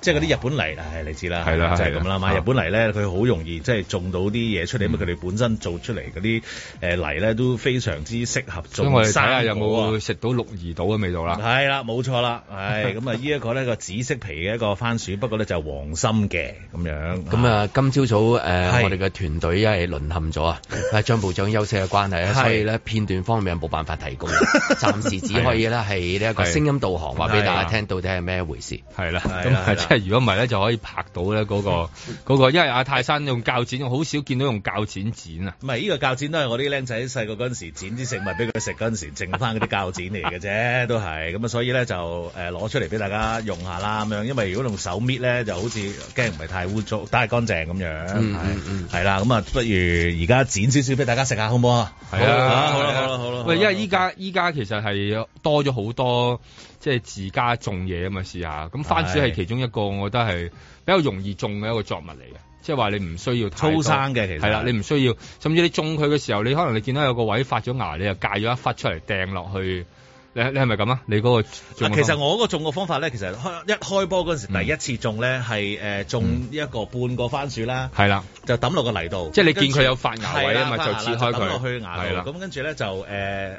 Speaker 1: 即係嗰啲日本泥，唉，你知啦，
Speaker 3: 係啦
Speaker 1: 就係
Speaker 3: 係啦嗯
Speaker 1: 咁啦。買
Speaker 3: 啊
Speaker 1: 日本泥咧，佢好容易即係種到啲嘢出嚟，因為佢哋本身做出嚟嗰啲誒泥咧都非常之適合
Speaker 3: 所
Speaker 1: 種
Speaker 3: 以我哋睇下
Speaker 1: 生
Speaker 3: 有
Speaker 1: 果啊
Speaker 3: 冇食到鹿兒島嘅味道啦。
Speaker 1: 係啦，冇錯啦，唉，咁啊， 呢一個呢個紫色皮嘅一個番薯，不過咧就黃心嘅咁樣。
Speaker 2: 咁啊，今朝早誒、呃
Speaker 1: 係
Speaker 2: 我哋嘅團隊因為淪陷咗啊，
Speaker 3: 嗯
Speaker 2: 但係張部長休息嘅關係咧，
Speaker 1: 係
Speaker 2: 所以咧片段方面冇辦法 提供，暫時只可以咧係呢一個聲音導航話俾大家聽到底係咩回事。
Speaker 3: 係啦，
Speaker 1: 係啦
Speaker 3: 咁
Speaker 1: 係
Speaker 3: 啊，
Speaker 1: 啦
Speaker 3: 即係如果唔係咧就可以拍到咧嗰、個嗰、個，因為阿泰山用鉸剪，我好少見到用鉸剪剪啊。
Speaker 1: 唔係呢個鉸剪都係我啲僆仔細個嗰陣時剪啲食物俾佢食嗰陣時，剩翻嗰啲鉸剪嚟嘅啫， 都係咁啊，所以咧就誒攞、出嚟俾大家用下啦咁樣，因為如果用手搣咧就好似驚唔係太污糟，但係乾淨咁樣，
Speaker 2: 嗯嗯嗯
Speaker 1: 係係啦，咁啊不如而家剪少少俾大家食下好唔好啊？
Speaker 3: 係啊，
Speaker 1: 好啦好啦好啦，
Speaker 3: 喂，因為依家依家其實係多咗好多即係自家種嘢啊嘛，試下咁番薯係其中一個，我覺得係比較容易種嘅一個作物嚟嘅，即係話你唔需要太多
Speaker 1: 粗生嘅其實
Speaker 3: 係啦，你唔需要，甚至你種佢嘅時候，你可能你見到有個位發咗芽，你就戒咗一忽出嚟掟落去，你你係咪咁啊？你嗰個種
Speaker 1: 嗱，
Speaker 3: 嘅
Speaker 1: 其實
Speaker 3: 方法
Speaker 1: 我嗰個種嘅方法咧，其實開一開波嗰陣時，
Speaker 3: 嗯
Speaker 1: 第一次種咧係誒種一個半個番薯啦，
Speaker 3: 係啦，
Speaker 1: 就抌落個泥度，
Speaker 3: 嗯即係你
Speaker 1: 跟住
Speaker 3: 見佢有發芽位啊嘛
Speaker 1: 係啦
Speaker 3: 就切開佢
Speaker 1: 發芽啦就抌落去芽
Speaker 3: 係啦
Speaker 1: 度，咁跟住咧就誒誒。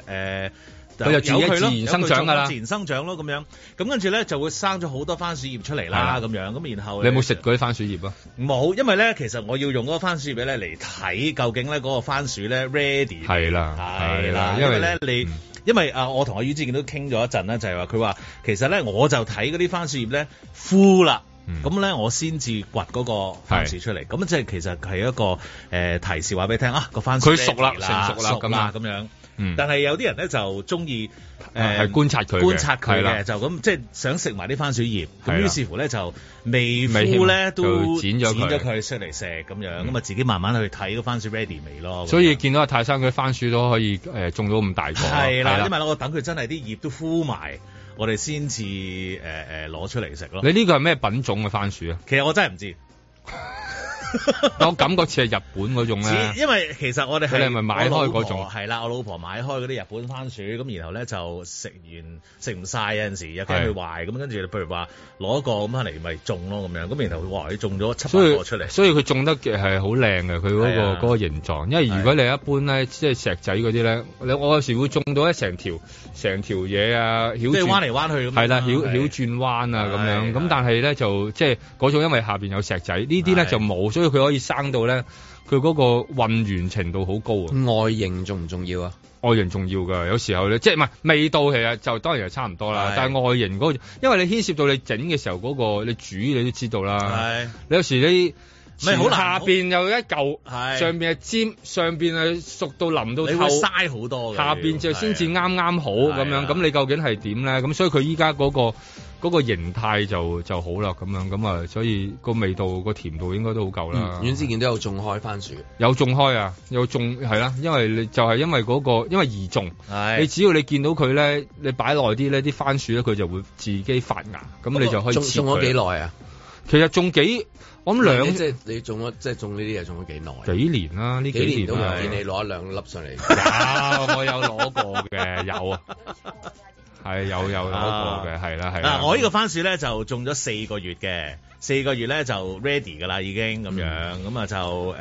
Speaker 1: 呃
Speaker 3: 佢就自己
Speaker 1: 由佢咯
Speaker 3: 自然生長㗎啦
Speaker 1: 由佢自然生長咯咁樣，咁跟住咧就會生咗好多番薯葉出嚟
Speaker 3: 係啦
Speaker 1: 啦咁樣，咁然後
Speaker 3: 你有冇食過啲番薯葉啊？
Speaker 1: 冇，因為咧其實我要用嗰個番薯葉咧嚟睇究竟咧嗰個番薯咧 ready 未
Speaker 3: 係啦
Speaker 1: 啊係啦，
Speaker 3: 因
Speaker 1: 因
Speaker 3: 為
Speaker 1: 為咧你
Speaker 3: 嗯。
Speaker 1: 因為啊，我同阿于之健都傾咗一陣啦，就係話佢話其實咧，我就睇嗰啲番薯葉咧枯啦
Speaker 3: 嗯，
Speaker 1: 咁咧、我先至掘嗰個番薯出嚟，咁啊即係其實係一個誒、呃提示話俾你聽啊，個番薯
Speaker 3: 佢熟啦
Speaker 1: ready
Speaker 3: 成熟啦咁啊
Speaker 1: 咁樣。
Speaker 3: 嗯，啊
Speaker 1: 但係有啲人咧就中意
Speaker 3: 係
Speaker 1: 誒
Speaker 3: 觀察佢嘅
Speaker 1: 觀察
Speaker 3: 係
Speaker 1: 佢
Speaker 3: 啦
Speaker 1: 嘅，就咁即係想食埋啲番薯葉，
Speaker 3: 係啦
Speaker 1: 咁於是乎咧就未
Speaker 3: 未啊
Speaker 1: 枯咧
Speaker 3: 就
Speaker 1: 都
Speaker 3: 剪咗佢
Speaker 1: 剪咗佢出嚟食咁樣，咁啊自己慢慢去睇個番薯 ready 未咯。
Speaker 3: 所以
Speaker 1: 咁樣
Speaker 3: 見到阿泰山佢啲番薯都可以誒、呃、種到咁大個，
Speaker 1: 係
Speaker 3: 係
Speaker 1: 啦，因為我等佢真係啲葉都枯埋，我哋先至誒誒攞出嚟食咯。
Speaker 3: 你呢個係咩品種嘅番薯啊？
Speaker 1: 其實我真係唔知，
Speaker 3: 我感覺似係日本嗰種 咧
Speaker 1: 只。因為其實我哋
Speaker 3: 佢哋
Speaker 1: 係
Speaker 3: 啊係咪買開嗰種
Speaker 1: 我老婆係啦，我老婆買開嗰啲日本番薯，咁然後咧就食完食唔晒有陣時又驚
Speaker 3: 係
Speaker 1: 佢壞，咁跟住譬如話攞一個咁翻嚟咪種咯咁樣，咁然後哇佢種咗七八
Speaker 3: 所以
Speaker 1: 個出嚟，
Speaker 3: 所以佢種得嘅係好靚嘅，佢嗰、
Speaker 1: 係
Speaker 3: 個
Speaker 1: 啊
Speaker 3: 嗰個形狀。因為如果你一般咧，即係石仔嗰啲咧，你我有時會種到咧成條成條嘢啊，
Speaker 1: 即
Speaker 3: 曉
Speaker 1: 係彎
Speaker 3: 轉
Speaker 1: 嚟彎去咁樣。
Speaker 3: 係啦，曉
Speaker 1: 係
Speaker 3: 曉轉彎啊咁樣。
Speaker 1: 係
Speaker 3: 咁
Speaker 1: 係
Speaker 3: 但係咧就即係嗰種，因為下邊有石仔，呢啲咧
Speaker 1: 係
Speaker 3: 就冇，所以佢可以生到咧，佢嗰個混圓程度好高啊。
Speaker 2: 外形重唔重要啊？
Speaker 3: 外形重要㗎，有時候咧，即係唔係味道其實就當然係差唔多啦
Speaker 1: 係，
Speaker 3: 但係外形嗰、個，因為你牽涉到你整嘅時候嗰、個你煮你都知道啦，
Speaker 1: 係
Speaker 3: 你有時你
Speaker 1: 咪好難
Speaker 3: 下邊有一嚿，
Speaker 1: 係
Speaker 3: 上邊係尖，上邊係熟到淋到
Speaker 1: 你會
Speaker 3: 透，
Speaker 1: 嘥好多嘅，
Speaker 3: 下邊就先至
Speaker 1: 係啊
Speaker 3: 啱啱好
Speaker 1: 係啊
Speaker 3: 咁樣，咁你究竟係點咧？咁所以佢依家嗰個嗰、個形態就就好啦，咁樣咁啊，所以個味道個甜度應該都好夠啦。
Speaker 2: 嗯，阮之健都有種開番薯，
Speaker 3: 有種開啊，有種係啦，因為你就係因為嗰、個因為易種。
Speaker 1: 係
Speaker 3: 你只要你見到佢咧，你擺耐啲咧，啲番薯咧佢就會自己發芽，咁你就可以
Speaker 2: 種
Speaker 3: 切
Speaker 2: 啊種咗幾
Speaker 3: 佢。
Speaker 2: 耐啊？
Speaker 3: 其實種幾，我諗兩
Speaker 2: 你即係你種咗，即係種呢啲嘢種咗幾耐？
Speaker 3: 幾年啦，呢幾
Speaker 2: 幾年
Speaker 3: 年
Speaker 2: 都唔
Speaker 3: 啦
Speaker 2: 見你攞一兩粒上嚟。
Speaker 3: 有，我有攞過嘅，有啊，係有有攞過嘅，係啦係啦
Speaker 1: 啊嗱，。我呢個番薯咧就種咗四個月嘅，四個月咧就 ready 噶啦，已經咁樣，咁啊就誒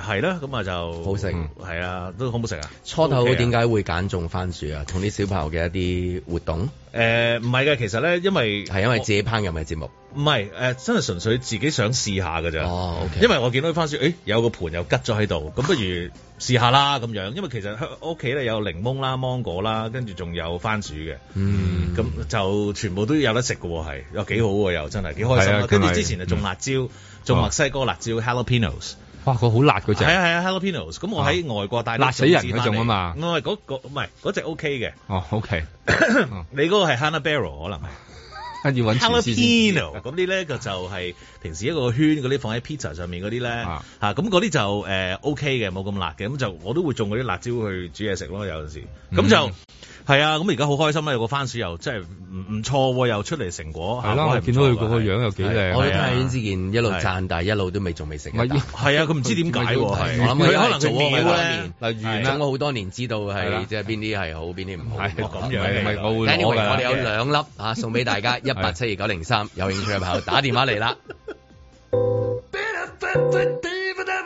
Speaker 1: 係啦，咁啊就
Speaker 2: 好食
Speaker 1: 係啊，都好唔好食啊？
Speaker 2: 初頭
Speaker 1: OK 啊
Speaker 2: 點解會揀種番薯啊？同啲小朋友嘅一啲活動
Speaker 1: 誒呃唔係嘅，其實咧，因為
Speaker 2: 係因為自己烹飪嘅節目。
Speaker 1: 唔係誒，真係純粹自己想試下㗎咋。
Speaker 2: 哦，OK。
Speaker 1: 因為我見到啲番薯，誒有個盤又吉咗喺度，咁不如試下啦咁樣。因為其實香屋企咧有檸檬啦、芒果啦，跟住仲有番薯嘅，
Speaker 2: 嗯
Speaker 1: 咁、就全部都有得食嘅喎，係又幾好喎，又真係幾開心
Speaker 3: 係啊
Speaker 1: 啦。跟住
Speaker 3: 佢係嗯
Speaker 1: 之前就種辣椒，種墨西哥辣椒 jalapenos，
Speaker 3: 哇，佢好辣嗰
Speaker 1: 係
Speaker 3: 隻，
Speaker 1: 啊係啊 jalapenos。咁我喺外國帶啲
Speaker 3: 辣死人
Speaker 1: 種子
Speaker 3: 嗰種啊嘛
Speaker 1: 返嚟唔係嗰個唔係嗰只 OK 嘅，
Speaker 3: 哦，OK，嗯
Speaker 1: 你嗰個係 Hana Barrel 可能係。
Speaker 3: 跟住揾廚師先 知
Speaker 1: Jalapeno 咁啲咧，個就係平時一個圈嗰啲放喺 pizza 上面嗰啲咧
Speaker 3: 啊
Speaker 1: 嚇，咁嗰啲就誒、OK 嘅，冇咁辣嘅，咁就我都會種嗰啲辣椒去煮嘢食咯，有陣時
Speaker 3: 嗯
Speaker 1: 咁就係、啊，咁而家好開心啦，有個番薯又真係唔唔錯喎，又出嚟成果，
Speaker 3: 係啦，
Speaker 1: 效果
Speaker 3: 我
Speaker 1: 係唔
Speaker 3: 見到佢
Speaker 1: 錯啊
Speaker 3: 嗰個
Speaker 1: 㗎係
Speaker 3: 樣又幾靚。
Speaker 2: 我都
Speaker 1: 係
Speaker 2: 睇
Speaker 1: 啊
Speaker 2: 下阮之健一路
Speaker 1: 係
Speaker 2: 讚，但係一路都未仲未食一
Speaker 3: 唔係
Speaker 2: 啖。
Speaker 1: 係啊，佢唔知點解喎，
Speaker 3: 我
Speaker 1: 係
Speaker 2: 諗
Speaker 1: 佢可
Speaker 2: 因為
Speaker 1: 能
Speaker 2: 早
Speaker 1: 佢
Speaker 2: 我
Speaker 1: 秒
Speaker 2: 咪
Speaker 1: 咧，
Speaker 3: 嗱完
Speaker 2: 種
Speaker 3: 啦，
Speaker 2: 咗好多年，知道
Speaker 3: 係啦
Speaker 2: 係即係邊啲係好，邊啲唔好。
Speaker 3: 係
Speaker 1: 哦咁樣
Speaker 3: 唔係
Speaker 1: 嚟㗎
Speaker 3: 我會
Speaker 2: Anyway，
Speaker 3: 攞㗎啦
Speaker 2: 我哋有兩粒啊，送俾大家一八七二九零三，有興趣嘅朋友打電話嚟啦。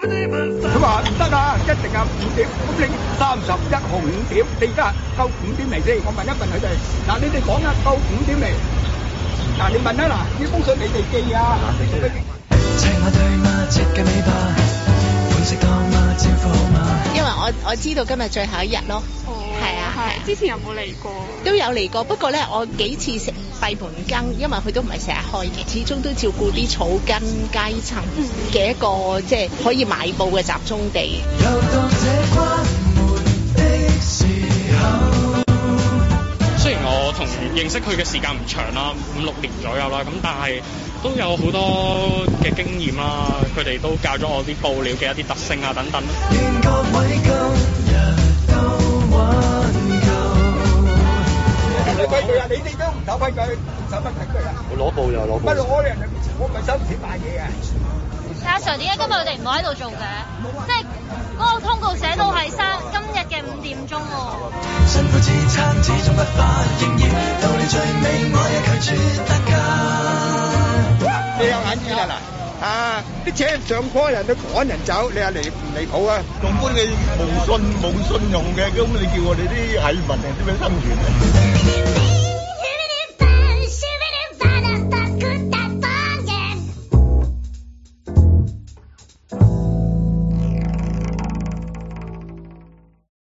Speaker 8: 佢話唔得啊，一定啊五點，咁你三十一號五點，你而家夠五點嚟先？我問一問佢哋，嗱你哋講啊，夠五點嚟，嗱你問啊嗱，呢封信你哋寄啊，你送俾
Speaker 11: 赤馬對罵，赤嘅尾巴，
Speaker 7: 因為我我知道今日最後一日咯，係啊係啊。
Speaker 12: 之前有冇嚟過？
Speaker 7: 都有嚟過，不過咧我幾次食閉門羹，因為佢都唔係成日開嘅，始終都照顧啲草根階層嘅一個即係可以買報嘅集中地。
Speaker 13: 雖然我同認識佢嘅時間唔長啦，五六年左右啦，咁但係都有好多嘅經驗啦。佢哋都教咗我啲布料嘅一啲特性啊等等。
Speaker 14: 你規矩啊！你哋都唔守規矩，守乜規矩啊？
Speaker 15: 我攞布又攞
Speaker 14: 不過我人我唔係收唔錢買嘢嘅。
Speaker 16: 但阿 Sir 點解今日我哋唔喺度做嘅？即係嗰個通告寫到係生今日嘅五點鐘喎。
Speaker 10: 辛苦支撐，始終不乏經驗，到你最尾我也拒絕得間。
Speaker 14: 你有眼見啊嗱，啊啲車上坡人都趕人走，你話離唔離譜啊？
Speaker 6: 用般嘅無信冇信用嘅，咁你叫我哋啲蟻民係點樣生存啊？